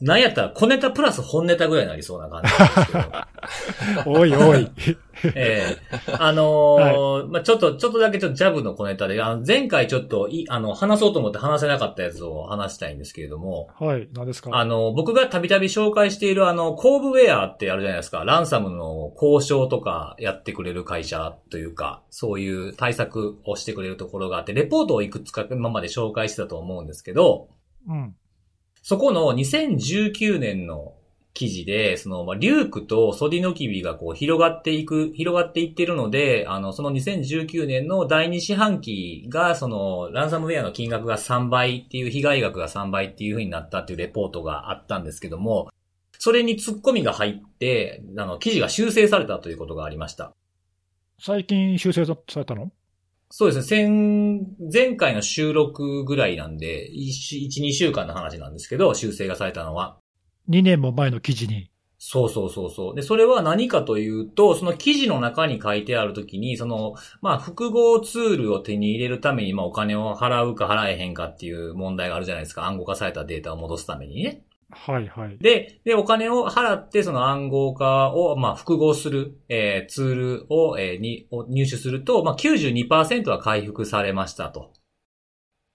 なんやったら小ネタプラス本ネタぐらいになりそうな感じなんですけど。
おい おい。
ええあのーまあ、ちょっと、ちょっとだけちょっとジャブの小ネタで、あの、前回ちょっと、い、あの、話そうと思って話せなかったやつを話したいんですけれども、
はい、何ですか。
あの、僕がたびたび紹介しているあの、コーブウェアってあるじゃないですか、ランサムの交渉とかやってくれる会社というか、そういう対策をしてくれるところがあって、レポートをいくつか今まで紹介してたと思うんですけど、
うん。
そこの2019年の記事で、その、まあ、リュークとソディノキビがこう広がっていく、広がっていってるので、あの、その2019年の第二四半期が、その、ランサムウェアの金額が3倍っていう、被害額が3倍っていう風になったっていうレポートがあったんですけども、それに突っ込みが入って、あの、記事が修正されたということがありました。
最近修正されたの
そうですね。先、前回の収録ぐらいなんで、1、2週間の話なんですけど、修正がされたのは。
2年も前の記事に。
そうそうそうそう。で、それは何かというと、その記事の中に書いてあるときに、その、まあ、複合ツールを手に入れるために、まあ、お金を払うか払えへんかっていう問題があるじゃないですか。暗号化されたデータを戻すためにね。
はいはい。
で、で、お金を払って、その暗号化を、まあ、複合する、えーツールを、えーに、を入手すると、まあ、92%は回復されましたと。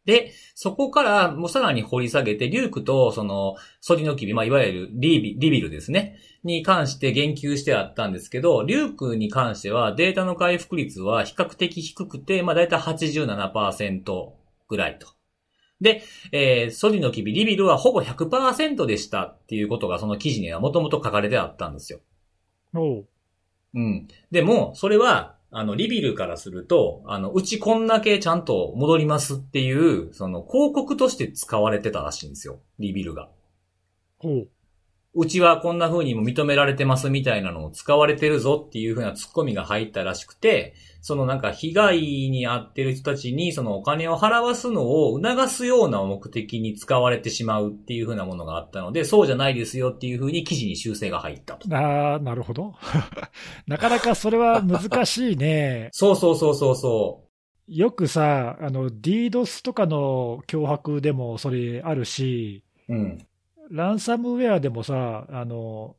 で、そこから、もうさらに掘り下げて、リュークと、その、ソリノキビ、まあ、いわゆるリビ、リビルですね、に関して言及してあったんですけど、リュークに関しては、データの回復率は比較的低くて、まあ、だいたい87%ぐらいと。で、えーソリのキビリビルはほぼ100%でしたっていうことがその記事にはもともと書かれてあったんですよ。
おう
うん。でも、それは、あの、リビルからすると、あの、うちこんだけちゃんと戻りますっていう、その、広告として使われてたらしいんですよ。リビルが。
おう
うちはこんな風にも認められてますみたいなのを使われてるぞっていう風なツッコミが入ったらしくて、そのなんか被害に遭ってる人たちにそのお金を払わすのを促すような目的に使われてしまうっていう風なものがあったので、そうじゃないですよっていう風に記事に修正が入ったと。
ああ、なるほど。 なかなかそれは難しいね。
そうそうそうそうそ
よくさ、あの、DDoS とかの脅迫でもそれあるし、
う。うん。
ランサムウェアでもさ、あの、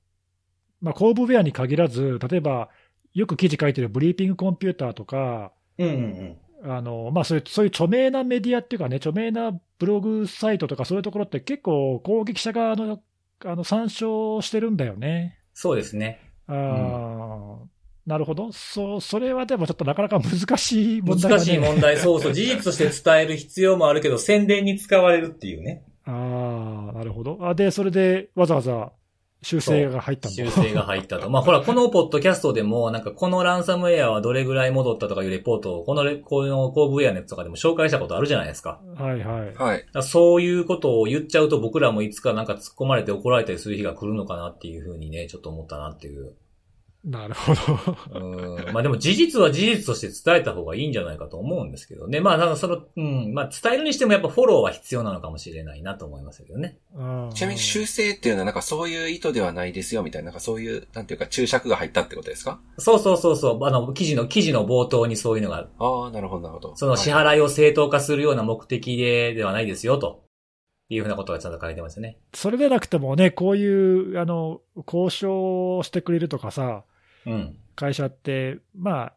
まあ、後部ウェアに限らず、例えば、よく記事書いてるブリーピングコンピューターとか、
うんうんうん。
あの、まあ、そういう、そういう著名なメディアっていうかね、著名なブログサイトとかそういうところって結構攻撃者側の、あの、参照してるんだよね。
そうですね。
あーなるほど。そう、それはでもちょっとなかなか難しい問題だね。
難しい問題。そうそう。事実として伝える必要もあるけど、宣伝に使われるっていうね。
ああ、なるほど。あ、で、それでわざわざ修正が入ったんだ。
修正が入ったと。まあほら、このポッドキャストでも、なんかこのランサムウェアはどれぐらい戻ったとかいうレポートを、このレ、この後部ウェアネットとかでも紹介したことあるじゃないですか。
はいはい。
はい
だ。からそういうことを言っちゃうと僕らもいつかなんか突っ込まれて怒られたりする日が来るのかなっていうふうにね、ちょっと思ったなっていう。
なるほど。
うーん。まあでも事実は事実として伝えた方がいいんじゃないかと思うんですけどね。まあなんかその、うん。まあ伝えるにしてもやっぱフォローは必要なのかもしれないなと思いましたけどね。
うん
ちなみに修正っていうのはなんかそういう意図ではないですよみたいな、なんかそういう、なんていうか注釈が入ったってことですか
そうそうそうそう。あの、記事の、記事の冒頭にそういうのが
ああ、なるほど、なるほど。
その支
はい
払いを正当化するような目的でではないですよ、というふうなことがちゃんと書いてますね。
それでなくてもね、こういう、あの、交渉をしてくれるとかさ、
うん。
会社って、まあ、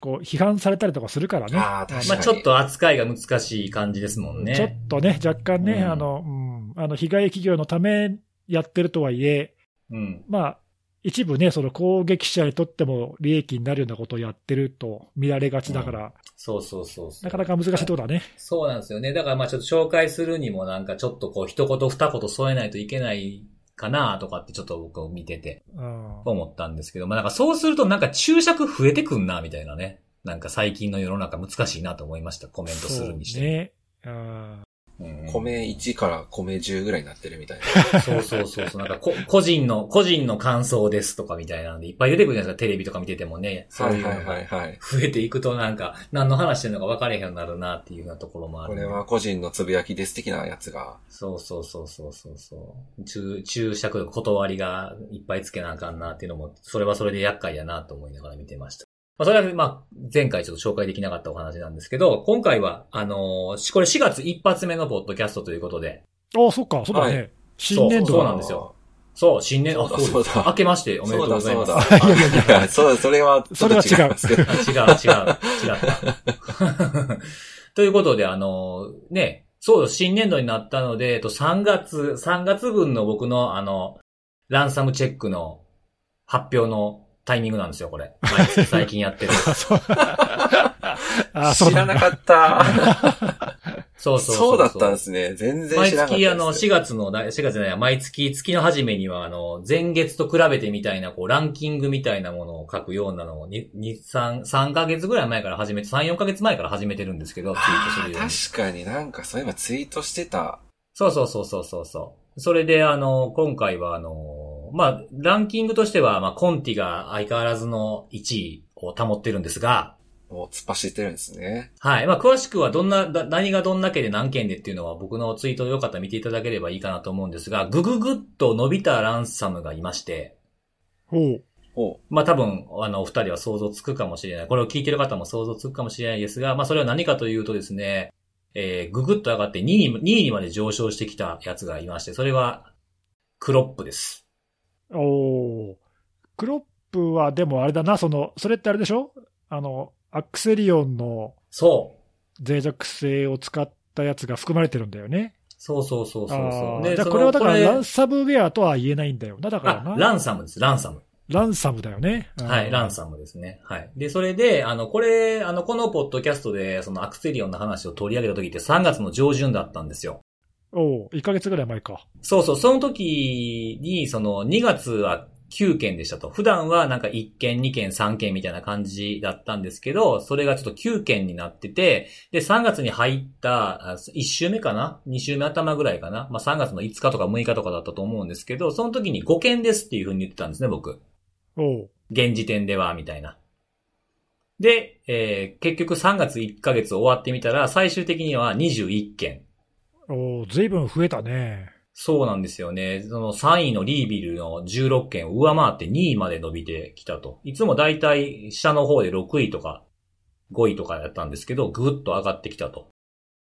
こう、批判されたりとかするからね。
あー確かに
まあちょっと扱いが難しい感じですもんね。
ちょっとね、若干
う
ね、
ん
あの、うん、あの、被害企業のためやってるとはいえ、
うん。
まあ、一部ね、その攻撃者にとっても利益になるようなことをやってると見られがちだから、
そうそうそうそう。
なかなか難しいとこだね。
そうなんですよね。だからまあちょっと紹介するにもなんかちょっとこう一言二言添えないといけないかなとかってちょっと僕を見てて
うん
思ったんですけど、まあなんかそうするとなんか注釈増えてくんなみたいなね。なんか最近の世の中難しいなと思いました。コメントするにして
そう
も。
ね。うん
うん
米1から米10ぐらいになってるみたいな。
そうそうそうそう。なんかこ、個人の、個人の感想ですとかみたいなので、いっぱい出てくるじゃないですか。テレビとか見ててもね。そう
はいいう
の
はいは
が
いはい。
増えていくとなんか、何の話してるのか分かれへんようになるなっていうようなところもある
こ
んで。
れは個人のつぶやきです的なやつが。
そうそうそうそうそうそう。注、注釈、断りがいっぱいつけなあかんなっていうのも、それはそれで厄介やなと思いながら見てました。まあ、それは、まあ、前回ちょっと紹介できなかったお話なんですけど、今回は、あのーしこれ4月一発目のポッドキャストということで、
あ、そっか、そうだね。
は
新年
そう
度
なんですよ。そう、新年、あ、
そうだ
そうです
そうだ
明けましておめでとうございます。
そう だそうだ。 いやいやそう、それは、
それは違う
ちょっとますけど
あ違う、違う、違った。 ということで、あの、ね、そう、新年度になったので、えっと、3月、3月分の僕の、あの、ランサムチェックの発表のタイミングなんですよ、これ。毎月最近やってる。
あそうあ、そう
知
だ
らなかった。
そうそう
そうだったんですね。全然
毎
知らなかったです、
月、あの、4月の、だ4月じゃない、毎月、月の初めには、あの、前月と比べてみたいな、こう、ランキングみたいなものを書くようなのを、にに3、3ヶ月ぐらい前から始めて、3、4ヶ月前から始めてるんですけど、ツイートす
あ
るように。
ー確かになんかそういえばツイートしてた。
そうそうそうそうそうそう。それで、あの、今回は、あの、まあ、ランキングとしては、まあ、コンティが相変わらずの1位を保ってるんですが、
もう突っ走ってるんですね。
はい。まあ、詳しくはどんな、だ何がどんな件で何件でっていうのは僕のツイートでよかったら見ていただければいいかなと思うんですが、グググッと伸びたランサムがいまして、
ほう。
おう
まあ多分、あの、お二人は想像つくかもしれない。これを聞いてる方も想像つくかもしれないですが、まあそれは何かというとですね、えー、ぐぐっと上がって2位に、2位にまで上昇してきたやつがいまして、それは、クロップです。
おお。クロップはでもあれだな、その、それってあれでしょあの、アクセリオンの
そう。
脆弱性を使ったやつが含まれてるんだよね。
そうそうそうそうそ
あ
う。
ーじ
そ
ゃあ
の
これはだから
これ
ランサムウェアとは言えないんだよな、だから
あ
な。、
ランサムです、ランサム。
ランサムだよね。うん
はい、ランサムですね。はい。で、それで、あの、これ、あの、このポッドキャストで、そのアクセリオンの話を取り上げた時って3月の上旬だったんですよ。
おう、1ヶ月ぐらい前か。
そうそう、その時に、その2月は9件でしたと。普段はなんか1件、2件、3件みたいな感じだったんですけど、それがちょっと9件になってて、で、3月に入った、あ1週目かな ?2 週目頭ぐらいかなまあ3月の5日とか6日とかだったと思うんですけど、その時に5件ですっていう風に言ってたんですね、僕。
おう。
現時点では、みたいな。で、えー結局3月1ヶ月終わってみたら、最終的には21件。
おう、ずいぶん増えたね。
そうなんですよね。その3位のリービルの16件を上回って2位まで伸びてきたと。いつもだいたい下の方で6位とか5位とかだったんですけど、ぐっと上がってきたと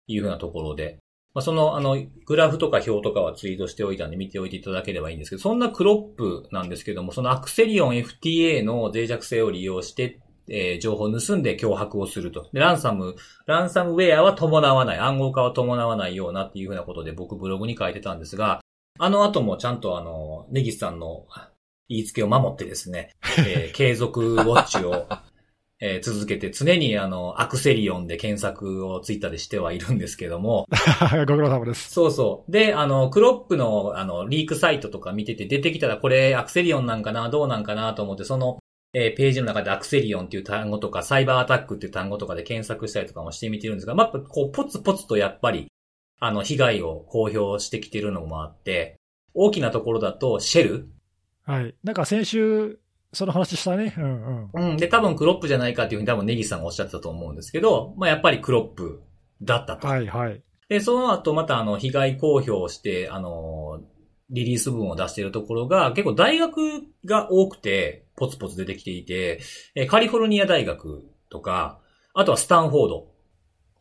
いうふうなところで。まあ、その、あの、グラフとか表とかはツイートしておいたんで見ておいていただければいいんですけど、そんなクロップなんですけども、そのアクセリオン FTA の脆弱性を利用して、えー情報を盗んで脅迫をすると。で、ランサムランサムウェアは伴わない、暗号化は伴わないようなっていうふうなことで僕ブログに書いてたんですが、あの後もちゃんとあの、ネギスさんの言いつけを守ってですね、えー継続ウォッチを、えー続けて常にあの、アクセリオンで検索をツイッターでしてはいるんですけども、
ご苦労様です。
そうそう。で、あの、クロップの、あの、リークサイトとか見てて出てきたら、これ、アクセリオンなんかな、どうなんかなと思って、その、えーページの中でアクセリオンっていう単語とか、サイバーアタックっていう単語とかで検索したりとかもしてみてるんですが、まあ、やっぱこう、ポツポツとやっぱり、あの、被害を公表してきてるのもあって、大きなところだと、シェル
はい。なんか先週、その話したね。うんうん。
うん。で、多分クロップじゃないかっていうふうに多分ネギさんがおっしゃってたと思うんですけど、まあ、やっぱりクロップだったと。
はいはい。
で、その後またあの、被害公表をして、あの、リリース文を出しているところが、結構大学が多くて、ポツポツ出てきていて、えーカリフォルニア大学とか、あとはスタンフォード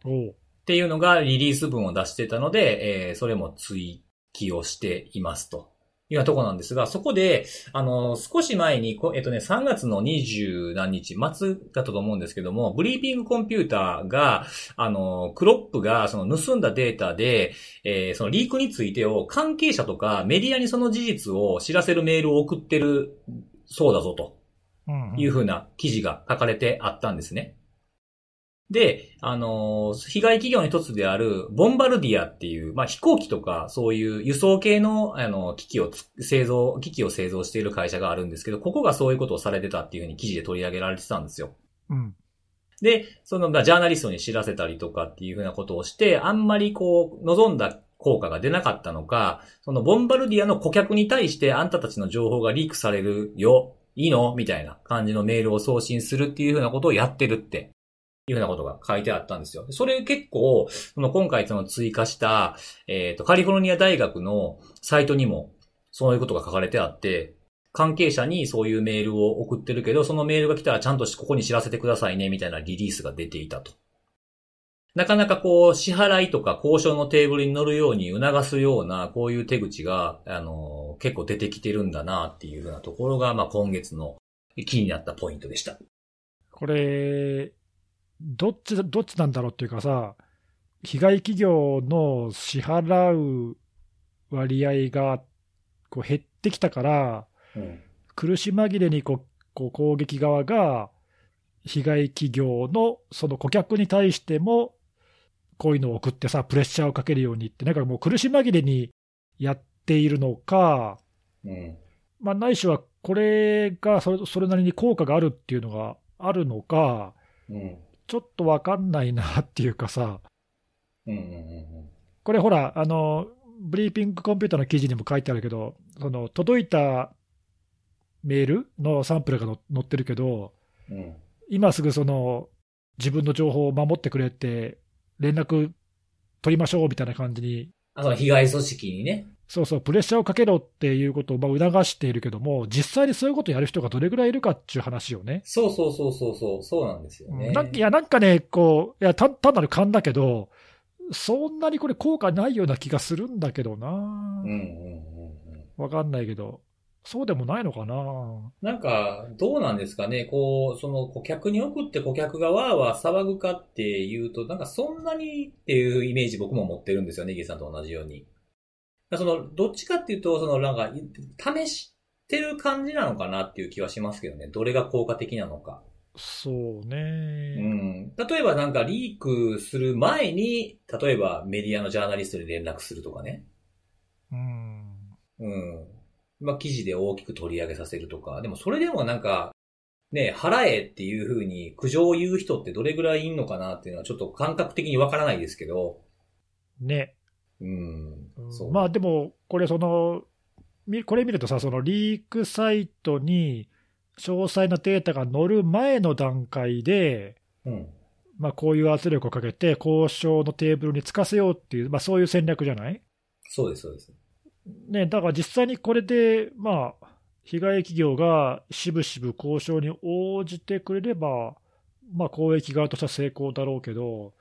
おう。
っていうのがリリース文を出してたので、えーそれも追記をしていますと。いうようなところなんですが、そこで、あの、少し前に、こえっとね、3月の20何日、末だったと思うんですけども、ブリーピングコンピューターが、あの、クロップが、その盗んだデータで、えーそのリークについてを関係者とかメディアにその事実を知らせるメールを送ってるそうだぞと。
うんうん
いうふうな記事が書かれてあったんですね。で、あのー、被害企業の一つである、ボンバルディアっていう、まあ、飛行機とか、そういう輸送系の、あの、機器をつ製造、機器を製造している会社があるんですけど、ここがそういうことをされてたっていうふうに記事で取り上げられてたんですよ。
うん。
で、その、まあ、ジャーナリストに知らせたりとかっていうふうなことをして、あんまりこう、望んだ効果が出なかったのか、その、ボンバルディアの顧客に対して、あんたたちの情報がリークされるよ、いいのみたいな感じのメールを送信するっていうふうなことをやってるって。いうふうなことが書いてあったんですよ。それ結構、その今回その追加した、えっ、と、カリフォルニア大学のサイトにも、そういうことが書かれてあって、関係者にそういうメールを送ってるけど、そのメールが来たらちゃんとここに知らせてくださいね、みたいなリリースが出ていたと。なかなかこう、支払いとか交渉のテーブルに乗るように促すような、こういう手口が、あの、結構出てきてるんだな、っていうふうなところが、まあ、今月の気になったポイントでした。
これ、どっち、どっちなんだろうっていうかさ、被害企業の支払う割合がこう減ってきたから、苦し紛れにこうこう攻撃側が、被害企業のその顧客に対しても、こういうのを送ってさ、プレッシャーをかけるようにって、なんかもう苦し紛れにやっているのか、
うん。
まあ、ないしはこれがそれそれなりに効果があるっていうのがあるのか、
うん。
ちょっとわかんないなっていうかさ、
うん。うん。
これほら、あの、ブリーピングコンピューターの記事にも書いてあるけど、その届いたメールのサンプルがの載ってるけど、
うん。うん。
今すぐその自分の情報を守ってくれって、連絡取りましょうみたいな感じに、
あとは被害組織にね。
そうそう、プレッシャーをかけろっていうことをまあ促しているけども、実際にそういうことをやる人がどれぐらいいるかっていう話をね。
そうそうそうそうそう、そうなんですよね。
なんいや、なんかね、こう、いや、単単なる勘だけど、そんなにこれ効果ないような気がするんだけどな
うんうんうんうん。
わかんないけど、そうでもないのかな
なんか、どうなんですかね、こう、その顧客に送って顧客がわーわー騒ぐかっていうと、なんかそんなにっていうイメージ僕も持ってるんですよね、イゲさんと同じように。だからその、どっちかっていうと、その、なんか、試してる感じなのかなっていう気はしますけどね、どれが効果的なのか。
そう
う
ね。
ん。例えばなんかリークする前に、例えばメディアのジャーナリストに連絡するとかね。
うん。
うん。まあ、記事で大きく取り上げさせるとか。でもそれでもなんか、ね、払えっていう風に苦情を言う人ってどれぐらいいんのかなっていうのはちょっと感覚的にわからないですけど。
ね。
うん。そう。
まあでも、これその、みこれ見るとさ、そのリークサイトに詳細なデータが載る前の段階で、
うん。
まあ、こういう圧力をかけて、交渉のテーブルにつかせようっていう、まあ、そういう戦略じゃない、
そうです、そうです。
ね、だから実際にこれで、まあ、被害企業がしぶしぶ交渉に応じてくれれば、まあ、公益側としては成功だろうけど、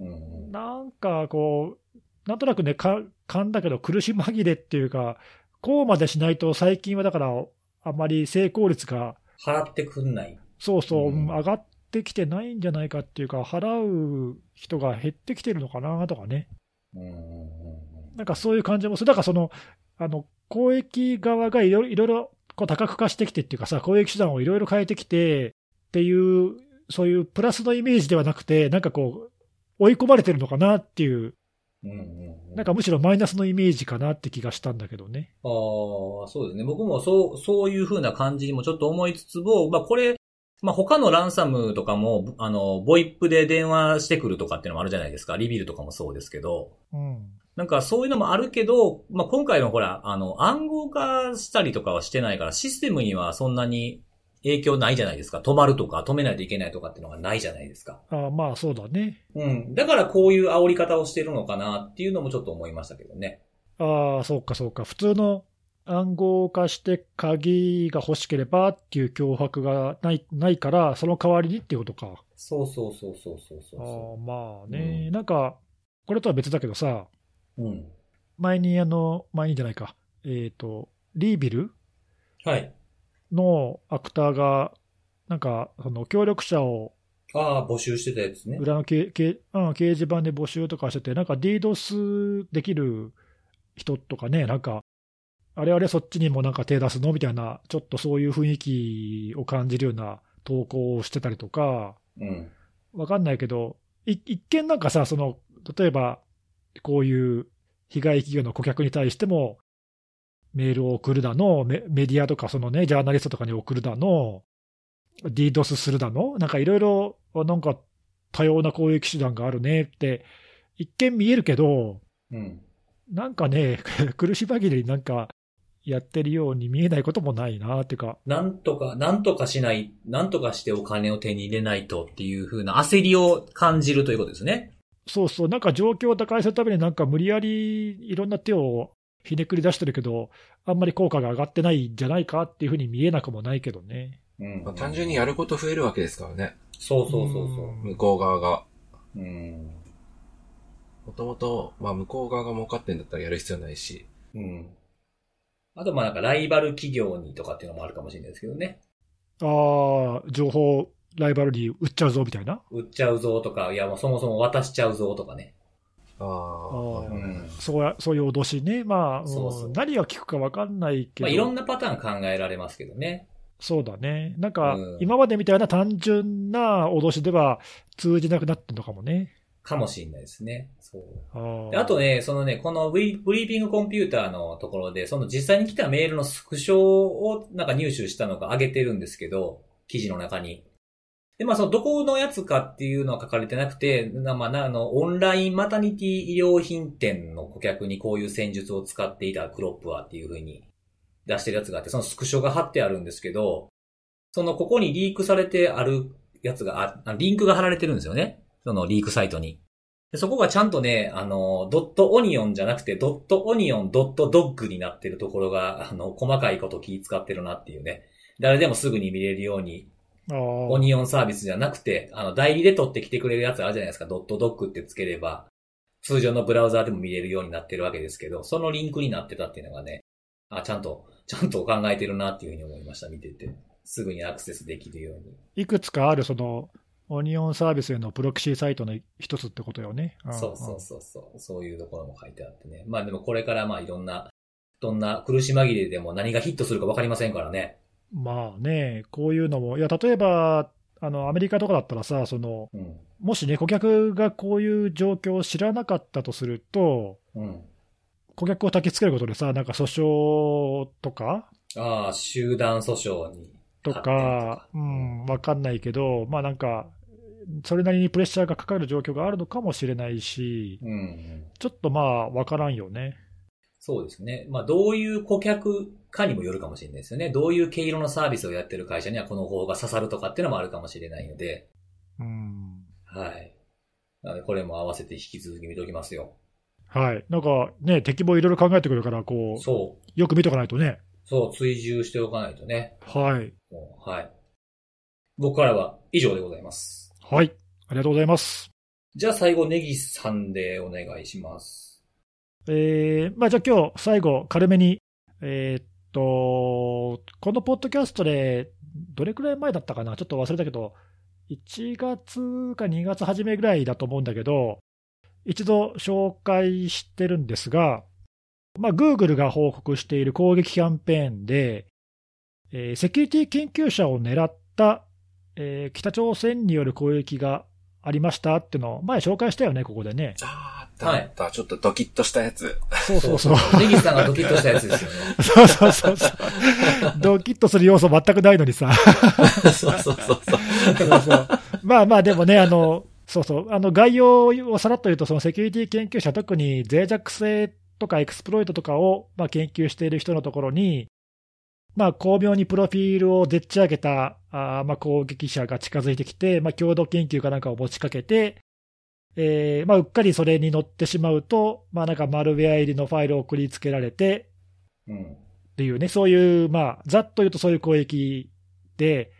うん。
なんかこう、なんとなくね、か勘だけど、苦し紛れっていうか、こうまでしないと、最近はだから、あまり成功率が、
払ってくんない。
そうそう、
うん
上がってきてないんじゃないかっていうか、払う人が減ってきてるのかなとかね、
うん。うん
なんかそういう感じもする、だからその、あの公益側がいろいろいろこう多角化してきてっていうかさ、公益手段をいろいろ変えてきてっていう、そういうプラスのイメージではなくて、なんかこう、追い込まれてるのかなっていう。
うんうんうん
なんかむしろマイナスのイメージかなって気がしたんだけどね。
ああ、そうですね。僕もそう、そういう風な感じにもちょっと思いつつも、まあこれ、まあ他のランサムとかも、あの、ボイップで電話してくるとかっていうのもあるじゃないですか。リビルとかもそうですけど。
うん。
なんかそういうのもあるけど、まあ今回はほら、あの、暗号化したりとかはしてないから、システムにはそんなに影響ないじゃないですか。止まるとか、止めないといけないとかっていうのがないじゃないですか。
ああまあそうだね。
うん。だからこういう煽り方をしてるのかなっていうのもちょっと思いましたけどね。
ああ、そうかそうか。普通の暗号化して鍵が欲しければっていう脅迫がないないから、その代わりにっていうことか。
そうそうそうそうそうそう
あ
そ
あまあね、
う
なんか、これとは別だけどさ、
う。うん。
前にあの、前にじゃないか。えっ、と、リービル
はい。
のアクターが、なんか、その協力者を
ああ、募集してたやつね。
裏のけけ、うん、掲示板で募集とかしてて、なんか DDoS できる人とかね、なんか、あれあれそっちにもなんか手出すのみたいな、ちょっとそういう雰囲気を感じるような投稿をしてたりとか、
うん。
わかんないけど、い一見なんかさ、その、例えば、こういう被害企業の顧客に対しても、メールを送るだの、メメディアとか、そのね、ジャーナリストとかに送るだの、DDoS するだの、なんかいろいろ、あなんか多様な攻撃手段があるねって、一見見えるけど、
うん。
なんかね、 苦し紛れになんかやってるように見えないこともないなっていうか、
なんとか、なんとかしない、なんとかしてお金を手に入れないとっていう風な焦りを感じるということですね。
そうそう、なんか状況を打開するために、なんか無理やりいろんな手をひねくり出してるけど、あんまり効果が上がってないんじゃないかっていうふうに見えなくもないけどね。
うん
まあ、単純にやること増えるわけですからね。
そうそうそうそ
向こう側が。
う。うん。
もともと、まあ向こう側が儲かってんだったらやる必要ないし。
うん。あと、まあなんかライバル企業にとかっていうのもあるかもしれないですけどね。
ああ、情報、ライバルに売っちゃうぞみたいな。
売っちゃうぞとか、いやもうそもそも渡しちゃうぞとかね。。
ああ。
うんそうやそういう脅しね、まあ、うん
そうそう
何が効くか分かんないけ
まあ
ど、
いろんなパターン考えられますけどね。
そうだね、なんか
うん
今までみたいな単純な脅しでは通じなくなってるのかもね。
かもしれないですね。そう。
あ
で
ー
あとね、そのね、このブリブリーピングコンピューターのところで、その実際に来たメールのスクショをなんか入手したのが上げてるんですけど、記事の中に。で、まあそのどこのやつかっていうのは書かれてなくて、なまあなあの、オンラインマタニティ医療品店の顧客にこういう戦術を使っていたクロップはっていう風に出してるやつがあって、そのスクショが貼ってあるんですけど、そのここにリークされてあるやつがあ、あリンクが貼られてるんですよね。そのリークサイトに。でそこがちゃんとね、あの、ドットオニオンじゃなくて、ドットオニオン、ドットドッグになってるところが、あの、細かいこと気使ってるなっていうね。誰でもすぐに見れるように、
ああ。
オニオンサービスじゃなくて、あの、代理で取ってきてくれるやつあるじゃないですか、ドットドッグってつければ、通常のブラウザーでも見れるようになってるわけですけど、そのリンクになってたっていうのがね、あ、ちゃんと、ちゃんと考えてるなっていうふうに思いました、見てて。すぐにアクセスできるように。
いくつかあるそのオニオンサービスへのプロキシーサイトの一つってことよね。ん
そうそうそうそう。そういうところも書いてあってね。まあでもこれからまあいろんな、どんな苦し紛れでも何がヒットするかわかりませんからね。
まあね、こういうのも、いや例えばあのアメリカとかだったらさその、
うん。
もしね、顧客がこういう状況を知らなかったとすると、
うん。
顧客を焚きつけることでさ、なんか訴訟とか、
ああ、集団訴訟に。
と
発展と
か
か、
うん、わかんないけど、まあなんか、それなりにプレッシャーがかかる状況があるのかもしれないし、
うんうん。
ちょっとまあ、わからんよね。
そうですね。まあ、どういう顧客かにもよるかもしれないですよね。どういう毛色のサービスをやってる会社にはこの方が刺さるとかっていうのもあるかもしれないので、
うん。
はい。なので、これも合わせて引き続き見ておきますよ。
はい。なんかね、敵もいろいろ考えてくるから、こう、
そう。
よく見とかないとね。
そう、追従しておかないとね。
はい。
もうはい。僕からは以上でございます。
はい。ありがとうございます。
じゃあ最後、ネギさんでお願いします。
えー、まあじゃあ今日、最後、軽めに、えーっと、このポッドキャストで、どれくらい前だったかな、ちょっと忘れたけど、1月か2月初めぐらいだと思うんだけど、一度紹介してるんですが、まあ、Google が報告している攻撃キャンペーンで、えーセキュリティ研究者を狙った、えー北朝鮮による攻撃がありましたっていうのを前紹介したよね、ここでね。
あーあったあった、ちょっとドキッとしたやつ。
そうそうそう。
ネギさんがドキッとしたやつですよね。
そうそうそうそう。ドキッとする要素全くないのにさ。
そうそうそうそう。
そうそうまあまあ、でもね、あの、そうそう、あの概要をさらっと言うと、そのセキュリティ研究者、特に脆弱性とかエクスプロイトとかを、まあ、研究している人のところに、まあ、巧妙にプロフィールをでっち上げたあーまあ攻撃者が近づいてきて、まあ、共同研究かなんかを持ちかけて、えーまあ、うっかりそれに乗ってしまうと、まあ、なんかマルウェア入りのファイルを送りつけられて、
うん。
っていうね、そういう、まあ、ざっと言うとそういう攻撃で、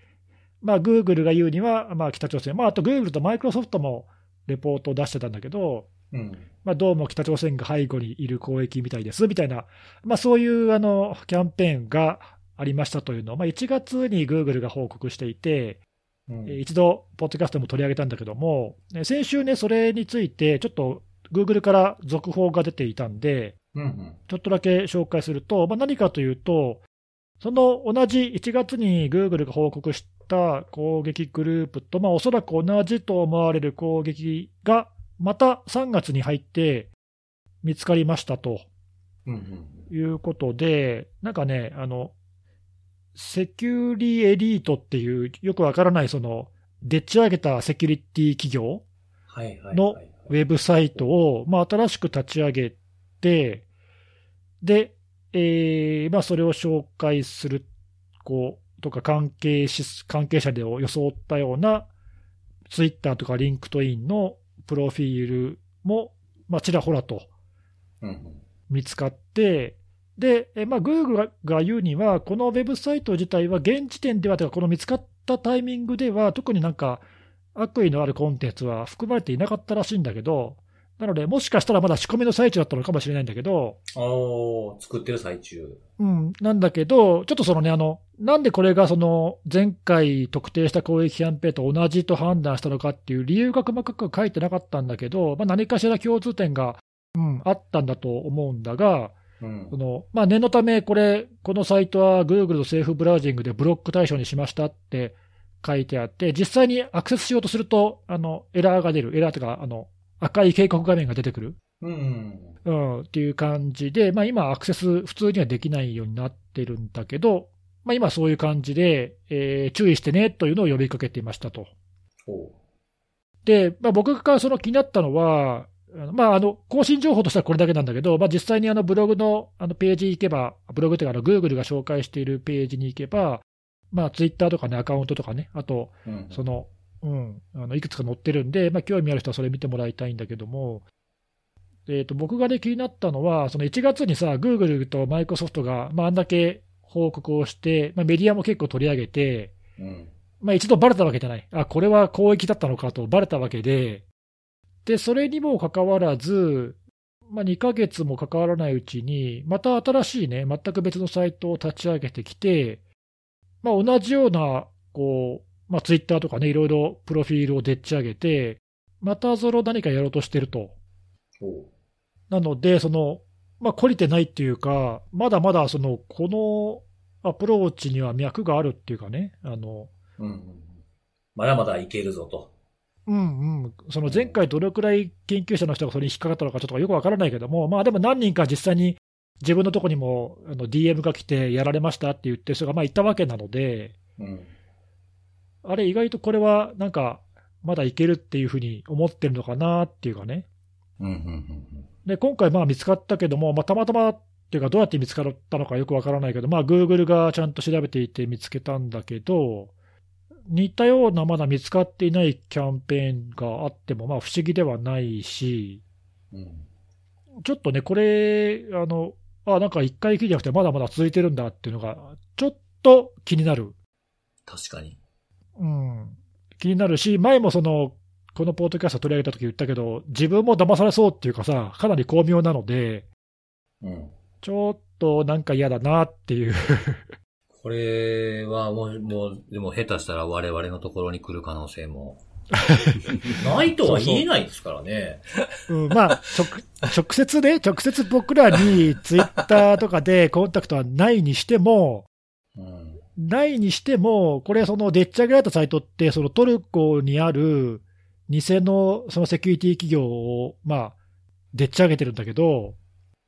まあ、グーグルが言うには、まあ、北朝鮮、まあ、あとグーグルとマイクロソフトもレポートを出してたんだけど、
うん。
まあ、どうも北朝鮮が背後にいる攻撃みたいですみたいな、まあ、そういうあのキャンペーンがありましたというのを、まあ、1月にグーグルが報告していて、
うん
えー一度、ポッドキャストでも取り上げたんだけども、ね先週ね、それについて、ちょっとグーグルから続報が出ていたんで、
うん。
ちょっとだけ紹介すると、まあ、何かというと、その同じ1月に Google が報告した攻撃グループと、まあ、おそらく同じと思われる攻撃が、また3月に入って見つかりましたと
うん。うん。
いうことで、なんかね、あの、セキュリエリートっていう、よくわからない、その、でっち上げたセキュリティ企業
はいはいはい。
のウェブサイトを、まあ、新しく立ち上げて、で、えーまあ、それを紹介する、こう、とか関係し、関係者でを装ったような、ツイッターとかリンクトインのプロフィールも、まあ、ちらほらと
うんうん。
見つかって、で、えまあ、Google がが言うには、このウェブサイト自体は、現時点では、てかこの見つかったタイミングでは、特になんか、悪意のあるコンテンツは含まれていなかったらしいんだけど、なので、もしかしたらまだ仕込みの最中だったのかもしれないんだけど、
おー、作ってる最中。
うん、なんだけど、ちょっとそのね、あの、なんでこれがその前回特定した攻撃キャンペーンと同じと判断したのかっていう理由が細かく書いてなかったんだけど、まあ、何かしら共通点が、うん、あったんだと思うんだが、
うん
そ。のまあ、念のため、これ、このサイトは Google のセーフブラウジングでブロック対象にしましたって書いてあって、実際にアクセスしようとすると、あのエラーが出る、エラーというか、あの赤い警告画面が出てくる、
うん。
うん、っていう感じで、まあ、今、アクセス、普通にはできないようになってるんだけど、まあ、今、そういう感じで、えー注意してねというのを呼びかけていましたと。
おう。
で、まあ、僕がその気になったのは、あのまあ、あの更新情報としてはこれだけなんだけど、まあ、実際にあのブログのあのページ行けば、ブログというかあの、Google が紹介しているページに行けば、まあ、Twitter とかね、アカウントとかね、あと、
うん。
そのうん、あのいくつか載ってるんで、まあ、興味ある人はそれ見てもらいたいんだけども、えー、と僕がね、気になったのは、その1月にさ、グーグルとマイクロソフトが、まあ、あんだけ報告をして、まあ、メディアも結構取り上げて、
うん。
まあ、一度バレたわけじゃない、あこれは広域だったのかとバレたわけで、でそれにもかかわらず、まあ、2ヶ月もかかわらないうちに、また新しいね、全く別のサイトを立ち上げてきて、まあ、同じようなこう、まあ、ツイッターとかね、いろいろプロフィールをでっち上げて、またぞろ何かやろうとしてると。
お
なので、その、まあ、懲りてないっていうか、まだまだ、その、このアプローチには脈があるっていうかね、あの、
うん
まだまだいけるぞと。
うんうん、その前回どれくらい研究者の人がそれに引っかかったのかちょっとよくわからないけども、まあでも何人か実際に自分のとこにもあの DM が来てやられましたって言ってる人がまあいたわけなので、
うん。うん。
あれ意外とこれはなんかまだいけるっていうふうに思ってるのかなっていうかね。
うん。うん。
で、今回、まあ見つかったけども、まあ、たまたまっていうか、どうやって見つかったのかよくわからないけど、まあ、Google がちゃんと調べていて見つけたんだけど、似たようなまだ見つかっていないキャンペーンがあっても、まあ、不思議ではないし、
うん。
ちょっとね、これ、あの、あ、なんか一回きりじゃなくて、まだまだ続いてるんだっていうのが、ちょっと気になる。
確かに。
うん、気になるし、前もその、このポッドキャスト取り上げた時言ったけど、自分も騙されそうっていうかさ、かなり巧妙なので、
うん。
ちょっとなんか嫌だなっていう。
これはもう、もう、でも下手したら我々のところに来る可能性 も。ないとは言えないですからね。
うん、まあ、直直接ね、直接僕らにツイッターとかでコンタクトはないにしても、
うん。
ないにしても、これ、そのでっち上げられたサイトって、そのトルコにある偽のそのセキュリティ企業を、まあ、でっち上げてるんだけど、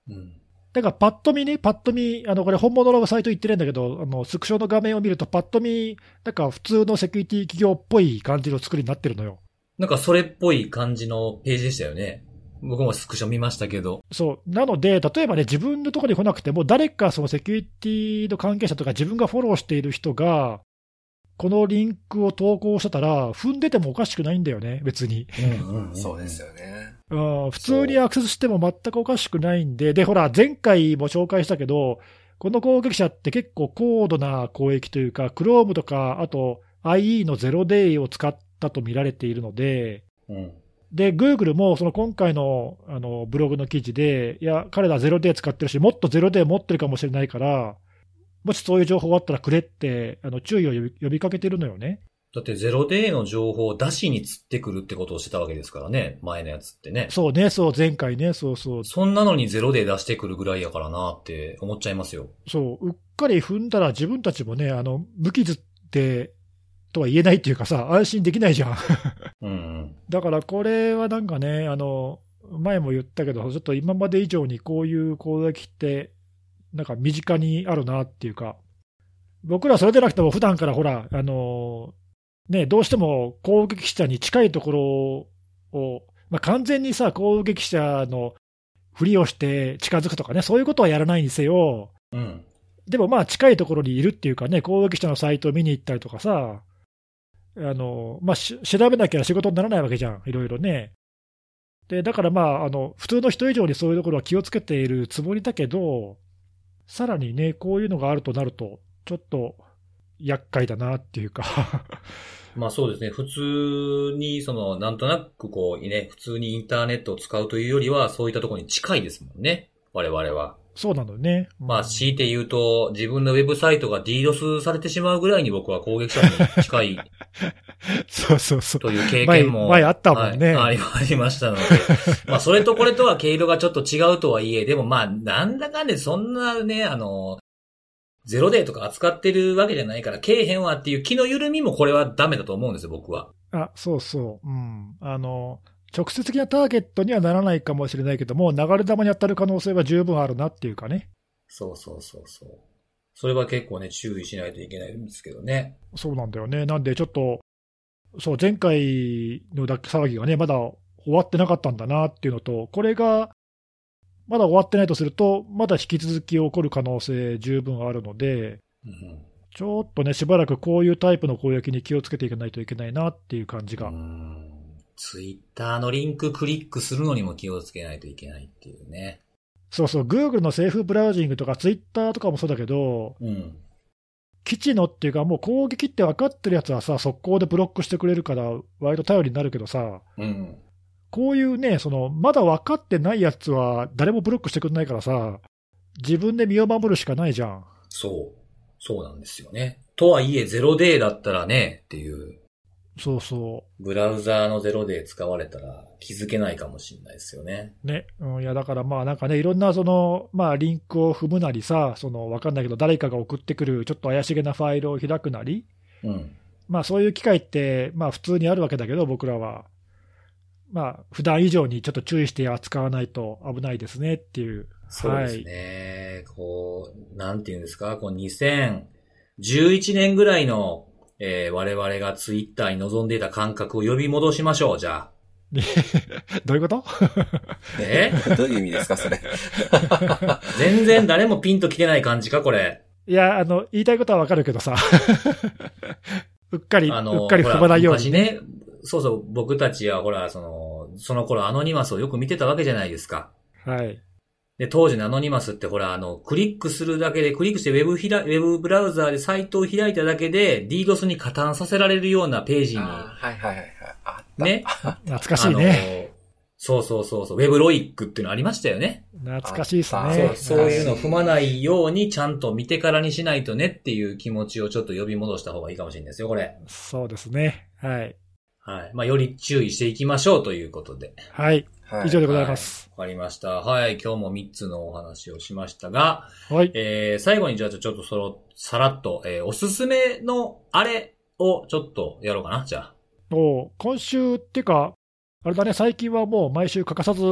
うん。
だからパッと見ね、パッと見、あのこれ、本物のサイト行ってるんだけど、あのスクショの画面を見ると、パッと見、なんか普通のセキュリティ企業っぽい感じの作りになってるのよ。
なんかそれっぽい感じのページでしたよね。僕もスクショ見ましたけど。
そうなので、例えばね、自分のところに来なくても、誰かそのセキュリティの関係者とか、自分がフォローしている人が、このリンクを投稿してたら、踏んでてもおかしくないんだよね、別に。
うん
そうです
よ。
よね。
うん、普通にアクセスしても全くおかしくないんで、で、ほら、前回も紹介したけど、この攻撃者って結構高度な攻撃というか、Chrome とか、あと IE のゼロデイを使ったと見られているので、
うん。
で、Google もその今回のあのブログの記事で、いや、彼らゼロデー使ってるし、もっとゼロデー持ってるかもしれないから、もしそういう情報があったらくれって、あの注意を呼び呼びかけてるのよね。
だってゼロデーの情報を出しに釣ってくるってことをしてたわけですからね。前のやつってね。
そうね、そう、前回ね、そうそう、
そんなのにゼロデー出してくるぐらいやからなって思っちゃいますよ。
そう、うっかり踏んだら自分たちもね、あの無傷ってとは言えないっていうかさ、安心できないじゃん。
うんうん。
だからこれはなんかね、あの前も言ったけど、ちょっと今まで以上にこういう攻撃って、なんか身近にあるなっていうか、僕らそれでなくても、普段からほら、あのね、どうしても攻撃者に近いところを、まあ、完全にさ、攻撃者のふりをして近づくとかね、そういうことはやらないにせよ、
うん。
でもまあ近いところにいるっていうかね、攻撃者のサイトを見に行ったりとかさ、あのまあ、し調べなきゃ仕事にならないわけじゃん、いろいろね。でだからまああの、普通の人以上にそういうところは気をつけているつもりだけど、さらにね、こういうのがあるとなると、ちょっと厄介だなっていうか、
まあそうですね。普通に、その、なんとなくこう、ね、普通にインターネットを使うというよりは、そういったところに近いですもんね。我々は。
そうなのよね。
まあ、強いて言うと、自分のウェブサイトが DDoS されてしまうぐらいに僕は攻撃者に近い
そうそうそう。
という経験も。
前前あったもんね
はい、ありましたので。まあ、それとこれとは毛色がちょっと違うとはいえ、でもまあ、なんだかんでそんなね、あの、ゼロデーとか扱ってるわけじゃないから、けえへんわっていう気の緩みもこれはダメだと思うんですよ、僕は。
あそうそう、うんあの、直接的なターゲットにはならないかもしれないけども、流れ弾に当たる可能性は十分あるなっていうかね、
そうそうそうそう。それは結構ね、注意しないといけないんですけどね。
そうなんだよね、なんでちょっと、そう、前回のだ騒ぎがね、まだ終わってなかったんだなっていうのと、これがまだ終わってないとすると、まだ引き続き起こる可能性、十分あるので、
うん
ちょっとね、しばらくこういうタイプの攻撃に気をつけていかないといけないなっていう感じが。
ツイッターのリンククリックするのにも気をつけないといけないっていうね。
そうそう、Google のセーフブラウジングとか、ツイッターとかもそうだけど、
うん。
基地のっていうか、もう攻撃って分かってるやつはさ、速攻でブロックしてくれるから、割と頼りになるけどさ、
うん。
こういうね、そのまだ分かってないやつは、誰もブロックしてくれないからさ、自分で身を守るしかないじゃん。
そう。そうなんですよね。とはいえ、ゼロデーだったらね、っていう。
そうそ
ブラウザーのゼロデー使われたら気づけないかもしれないですよね。
う。ね。うん、いや、だからまあなんかね、いろんなその、まあリンクを踏むなりさ、その分かんないけど、誰かが送ってくる、ちょっと怪しげなファイルを開くなり、
うん。
まあそういう機会って、まあ普通にあるわけだけど、僕らは。まあ普段以上にちょっと注意して扱わないと危ないですねっていう。
そうですね。こう、なんていうんですか、こう2011年ぐらいの、えー我々がツイッターに望んでいた感覚を呼び戻しましょう、じゃ
どういうこ
あ。
と
え
どういう意味ですか、それ。
全然誰もピンと来てない感じか、これ。
いや、あの、言いたいことはわかるけ どさ。うっかり、
あの、
うっかり踏まないよう
ほら昔
に。
ね、そうそう、僕たちはほら、その、その頃アノニマスをよく見てたわけじゃないですか。
はい。
で、当時のアノニマスってほら、あの、クリックするだけで、クリックしてウェブひら、ウェブブラウザーでサイトを開いただけで、DDoS に加担させられるようなページに、
あ ーはいはいはいはい。あった。
ね。
懐かしいね。
あの。そうそうそうそう、ウェブロイックっていうのありましたよね。
懐かしいです
あ
ね
ー
そう。そういうの踏まないように、ちゃんと見てからにしないとねっていう気持ちをちょっと呼び戻した方がいいかもしれないですよ、これ。
そうですね。はい。
はい。まあ、より注意していきましょうということで。
はい。
はい
以上でございます。
わかりました。はい。今日も3つのお話をしましたが、
はい。
えー、最後にじゃあちょっとその、さらっと、えー、おすすめのあれをちょっとやろうかな、じゃあ。
おう今週っていうか、あれだね、最近はもう毎週欠かさず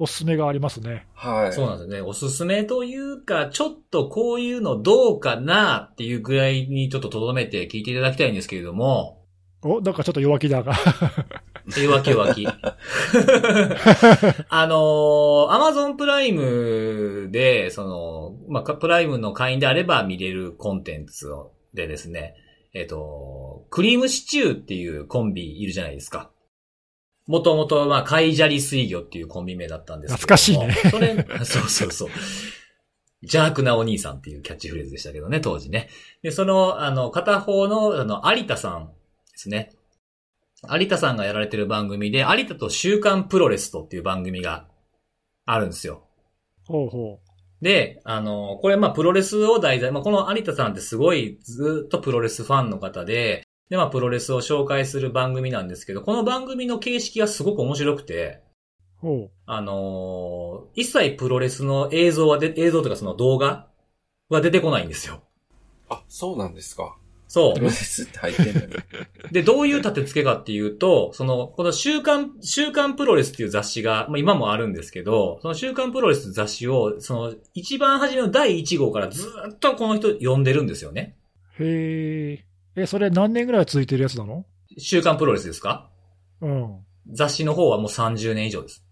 おすすめがありますね。
はい。
そうなんですよね。おすすめというか、ちょっとこういうのどうかなっていうぐらいにちょっと留めて聞いていただきたいんですけれども、
お、なんかちょっと弱気だが。
っていうわけわき。あのー、アマゾンプライムで、その、まあ、かプライムの会員であれば見れるコンテンツをでですね、えっ、と、クリームシチューっていうコンビいるじゃないですか。もともと、まあ、カイジャリ水魚っていうコンビ名だったんですけれども
懐かしいね。
それ、 そうそうそう。邪悪なお兄さんっていうキャッチフレーズでしたけどね、当時ね。で、その、あの、片方の、あの、有田さんですね。有田さんがやられてる番組で、有田と週刊プロレスとっていう番組があるんですよ。
ほうほ
で、あの、これまあプロレスを題材、まあこの有田さんってすごいずっとプロレスファンの方で、でまあプロレスを紹介する番組なんですけど、この番組の形式がすごく面白くて、
う。ほ
あのー一切プロレスの映像はで、映像というかその動画は出てこないんですよ。
あ、そうなんですか。
そ
プロ
う
レ。スって入ってんのに。
で、どういう立て付けかっていうと、その、この週刊、週刊プロレスっていう雑誌が、まあ今もあるんですけど、その週刊プロレス雑誌を、その、一番初めの第1号からずっとこの人呼んでるんですよね。
う。へえ。え、それ何年ぐらい続いてるやつなの
週刊プロレスですか
うん。
雑誌の方はもう30年以上です。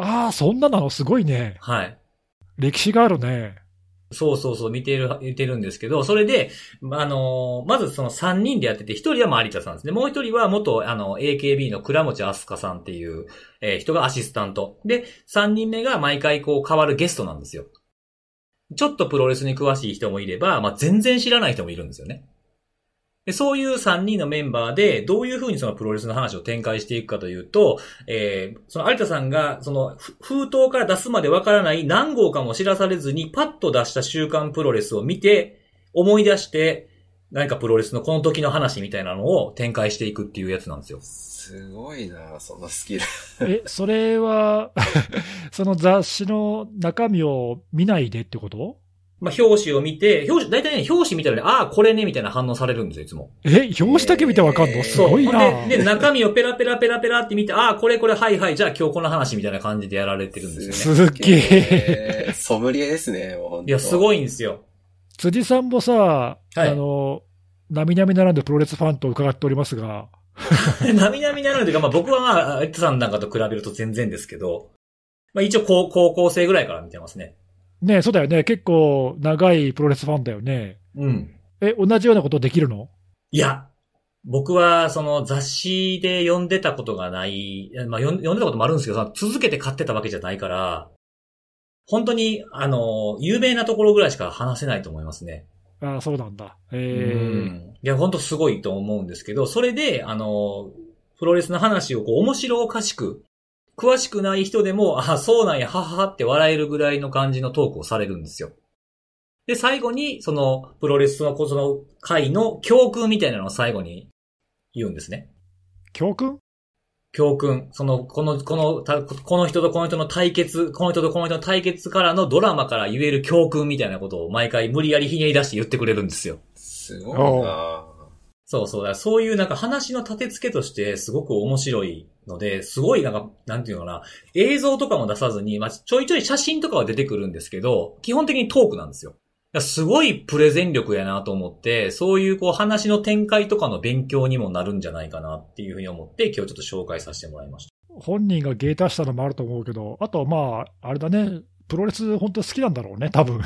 ああ、そんななのすごいね。
はい。
歴史があるね。
そうそうそう、見てる、見てるんですけど、それで、まあのー、まずその3人でやってて、1人はまあ有田さんですね。もう1人は元、あの、AKB の倉持飛鳥さんっていう、えー人がアシスタント。で、3人目が毎回こう変わるゲストなんですよ。ちょっとプロレスに詳しい人もいれば、まあ、全然知らない人もいるんですよね。でそういう3人のメンバーで、どういうふうにそのプロレスの話を展開していくかというと、えーその有田さんが、そのふ封筒から出すまでわからない何号かも知らされずに、パッと出した週刊プロレスを見て、思い出して、何かプロレスのこの時の話みたいなのを展開していくっていうやつなんですよ。
すごいな、そのスキル。
え、それ は、その雑誌の中身を見ないでってこと
まあ、表紙を見て、表紙、大体ね、表紙見たらね、ああ、これね、みたいな反応されるんですよ、いつも。
え、表紙だけ見てわかんのす
そう。
ごいな。
ほんで、で中身をペラペラペラペラって見て、ああ、これこれ、はいはい、じゃあ今日この話みたいな感じでやられてるんですよね。
すっげえ。
えーソムリエですね、もう本当
いや、す
い。
ごいんですよ。
辻さんもさ、
い
あの、なみなみならぬプロレスファンと伺っておりますが、
なみなみなのでか、まあ僕はまあ、エットさんなんかと比べると全然ですけど、まあ一応高高校生ぐらいから見てますね。
ねそうだよね。結構長いプロレスファンだよね。
うん。
え、同じようなことできるの
いや、僕はその雑誌で読んでたことがない、まあ読ん読んでたこともあるんですけど、その続けて買ってたわけじゃないから、本当に、あの、有名なところぐらいしか話せないと思いますね。
ああ、そうなんだ。
う
え
んいや、本当すごいと思うんですけど、それで、あの、プロレスの話をこう面白おかしく、詳しくない人でも、あ、そうなんや、はははって笑えるぐらいの感じのトークをされるんですよ。で、最後に、その、プロレスの、こうその回の教訓みたいなのを最後に言うんですね。
ー、教訓
教訓、その、この、この、たこの人とこの人の対決、この人とこの人の対決からのドラマから言える教訓みたいなことを毎回無理やりひねり出して言ってくれるんですよ。
すごいな
そうそうだ。そういうなんか話の立て付けとしてすごく面白いので、すごいなんか、なんていうのかな、映像とかも出さずに、まあ、ちょいちょい写真とかは出てくるんですけど、基本的にトークなんですよ。だからすごいプレゼン力やなと思って、そういうこう話の展開とかの勉強にもなるんじゃないかなっていうふうに思って、今日ちょっと紹介させてもらいました。
本人が芸達したのもあると思うけど、あとはまあ、あれだね、プロレス本当好きなんだろうね、多分。
い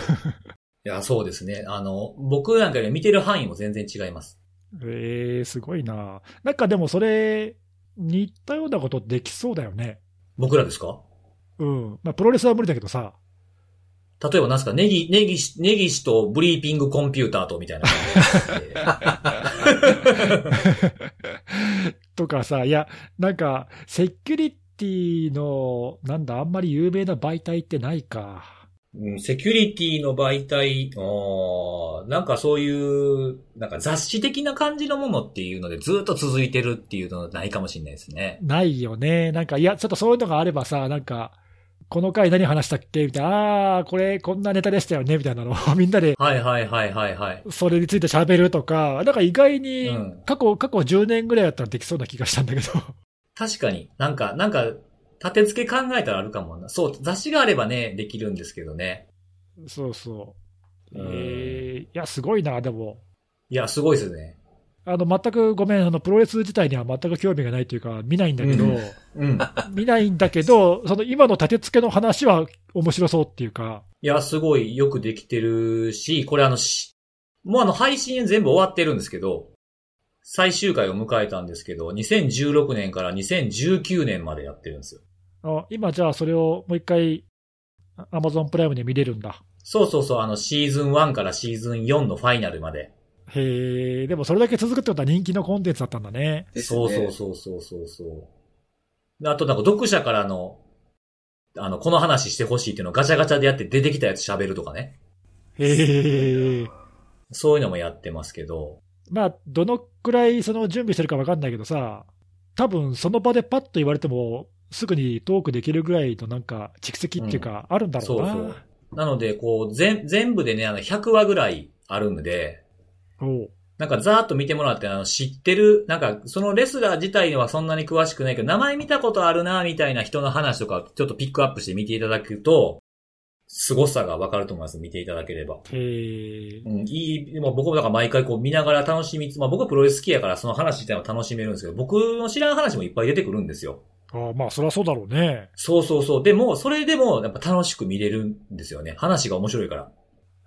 や、そうですね。あの、僕なんかより見てる範囲も全然違います。
えー、すごいな。なんかでもそれ、似たようなことできそうだよね。
僕らですか
うん。まあ、プロレスは無理だけどさ。
例えば何すかネギ、ネギシ、ネギシとブリーピングコンピューターとみたいな感じで。
とかさ、いや、なんか、セキュリティの、なんだ、あんまり有名な媒体ってないか。
うんセキュリティの媒体、あーなんかそういう、なんか雑誌的な感じのものっていうのでずっと続いてるっていうのはないかもしれないですね。
ないよね。なんか、いや、ちょっとそういうのがあればさ、なんか、この回何話したっけみたいな、あー、これ、こんなネタでしたよねみたいなのを みんなで、
はいはいはいはいはい。
それについて喋るとか、なんか意外に
うん、
過去、過去10年ぐらいだったらできそうな気がしたんだけど。
確かになんか、なんか、立て付け考えたらあるかもな。そう、雑誌があればね、できるんですけどね。
そうそう。
うん
えー、いや、すごいな、でも。
いや、すごいですね。
あの、全くごめん、あの、プロレス自体には全く興味がないというか、見ないんだけど、
うんうん。
見ないんだけど、その今の立て付けの話は面白そうっていうか、
いや、すごいよくできてるし、これあの、しもうあの、配信全部終わってるんですけど、最終回を迎えたんですけど、2016年から2019年までやってるんですよ。
あ今じゃあそれをもう一回、アマゾンプライムで見れるんだ。
そうそうそう、あの、シーズン1からシーズン4のファイナルまで。
へえ、でもそれだけ続くってことは人気のコンテンツだったんだね。
ですね。
そうそうそうそうそうそう。あとなんか、読者からの、あの、この話してほしいっていうのをガチャガチャでやって出てきたやつ喋るとかね。
へえ。
そういうのもやってますけど、
まあ、どのくらいその準備してるか分かんないけどさ、多分その場でパッと言われても、すぐにトークできるぐらいのなんか蓄積っていうか、あるんだろうな。
そうなので、こう、全、全部でね、あの、100話ぐらいあるんで、
おう
なんかざーっと見てもらって、あの、知ってる、なんか、そのレスラー自体はそんなに詳しくないけど、名前見たことあるな、みたいな人の話とか、ちょっとピックアップして見ていただくと、凄さがわかると思います、見ていただければ。
へえ
う。ん、いい、まあ、僕もだから毎回こう見ながら楽しみつつ、まあ僕はプロレス好きやからその話自体も楽しめるんですけど、僕の知らん話もいっぱい出てくるんですよ。
ああまあ、そりゃそうだろうね。
そうそうそう。でも、それでもやっぱ楽しく見れるんですよね。話が面白いから。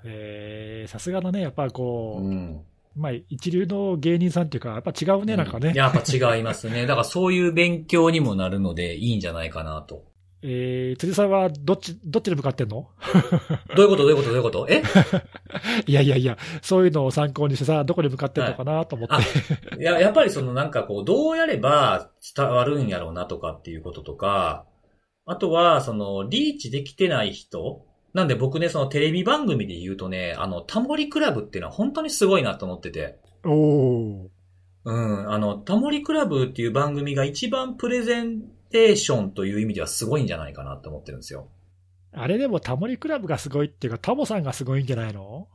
へえ、さすがだね、やっぱこう、
ん。
まあ、一流の芸人さんっていうか、やっぱ違うね、なんかね。
やっぱ違いますね。だからそういう勉強にもなるのでいいんじゃないかなと。
えー、辻さんはどっち、どっちに向かってんの
どういうことどういうことどういうことえ
いやいやいや、そういうのを参考にしてさ、どこに向かってんのかなと思って。
あいや、やっぱりそのなんかこう、どうやれば伝わるんやろうなとかっていうこととか、あとは、その、リーチできてない人なんで僕ね、そのテレビ番組で言うとね、あの、タモリクラブっていうのは本当にすごいなと思ってて。
おー
うん、あの、タモリクラブっていう番組が一番プレゼンテーションという意味ではすごいんじゃないかなと思ってるんですよ。
あれでもタモリクラブがすごいっていうか、タモさんがすごいんじゃないの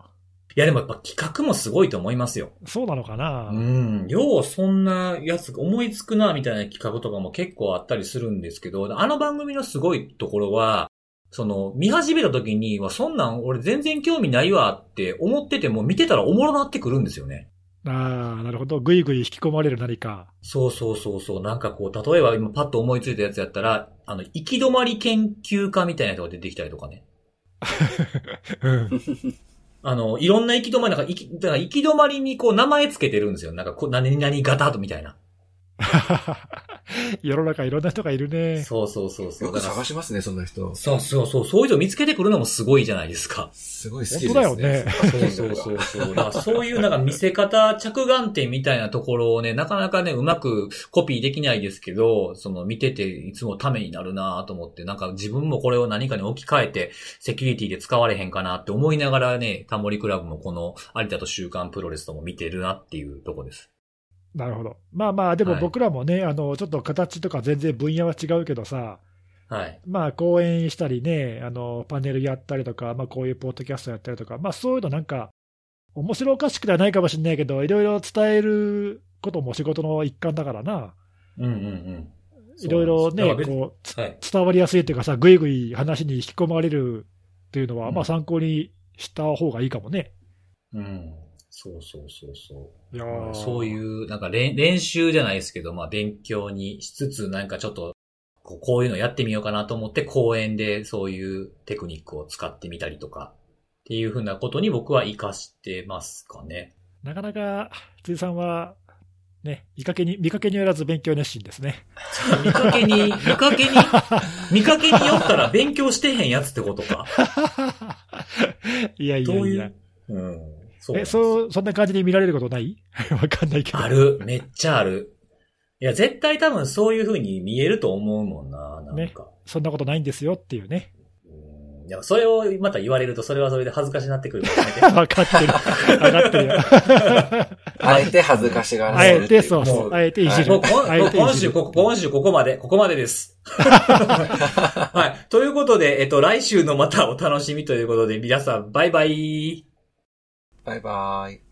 いや、でもやっぱ企画もすごいと思いますよ。
そうなのかな、
うん。ようそんなやつ思いつくな、みたいな企画とかも結構あったりするんですけど、あの番組のすごいところは、その、見始めた時に、はそんなん俺全然興味ないわって思ってても見てたらおもろなってくるんですよね。
ああ、なるほど。ぐいぐい引き込まれる何か。
そうそうそうそう。なんかこう、例えば今パッと思いついたやつやったら、あの、行き止まり研究家みたいな人が出てきたりとかね。
うん。
あの、いろんな行き止まり、なんか行き、だから行き止まりにこう名前つけてるんですよ。なんかこう、何々型とみたいな。
世の中いろんな人がいるね。
そうそうそうそう。
よく
だから
探しますね、そんな人。。
そうそうそう。そういう人見つけてくるのもすごいじゃないですか
すごい好きです
本
ね。
当だよね。
そうそうそうそう。だからそういうなんか見せ方、着眼点みたいなところをね、なかなかね、うまくコピーできないですけど、その見てていつもためになるなと思って、なんか自分もこれを何かに置き換えて、セキュリティで使われへんかなって思いながらね、タモリクラブもこの有田と週刊プロレスとも見てるなっていうとこです。
なるほど。まあまあ、でも
はい
僕らもね、あの、ちょっと形とか全然分野は違うけどさ、
はい。
まあ、講演したりね、あの、パネルやったりとか、まあ、こういうポッドキャストやったりとか、まあ、そういうのなんか、面白おかしくではないかもしれないけど、いろいろ伝えることも仕事の一環だからな。
うんうんうん。
いろい
そ
ろ
う
ね
なん、です
こう、
はい。
伝わりやすいというかさ、ぐいぐい話に引き込まれるっていうのは、
うん
まあ参考にした方がいいかもね。
うん。そうそうそうそう。
いや
まあそう
う。
いう、なんか練練習じゃないですけど、まあ勉強にしつつ、なんかちょっと、こうこういうのやってみようかなと思って、公演でそういうテクニックを使ってみたりとか、っていうふうなことに僕は活かしてますか ね。
なかなか、辻さんは、ね、見かけに、見かけによらず勉強熱心ですね。
見かけに、見かけに、見かけによったら勉強してへんやつってことか。
いやい
ど
や
う
い
い
や
う。。うん。そうなん
え、
です
そう、そんな感じに見られることない わかんないけど。
ある。めっちゃある。いや、絶対多分そういうふうに見えると思うもんな、なん
ね
か。
そんなことないんですよっていうね。
うんでもそれをまた言われると、それはそれで恥ずかしになってくるからや めて
わかってる。わかってるよ。
あえて恥ずかしがら
あ
せる
え
ってい
て、そうそう。あえていじる。
もうこん
あえてい
今
じ
週、
る
ここ今週ここまで、ここまでです。はい。ということで、えっと、来週のまたお楽しみということで、皆さん、バイバイ。
バイバイ。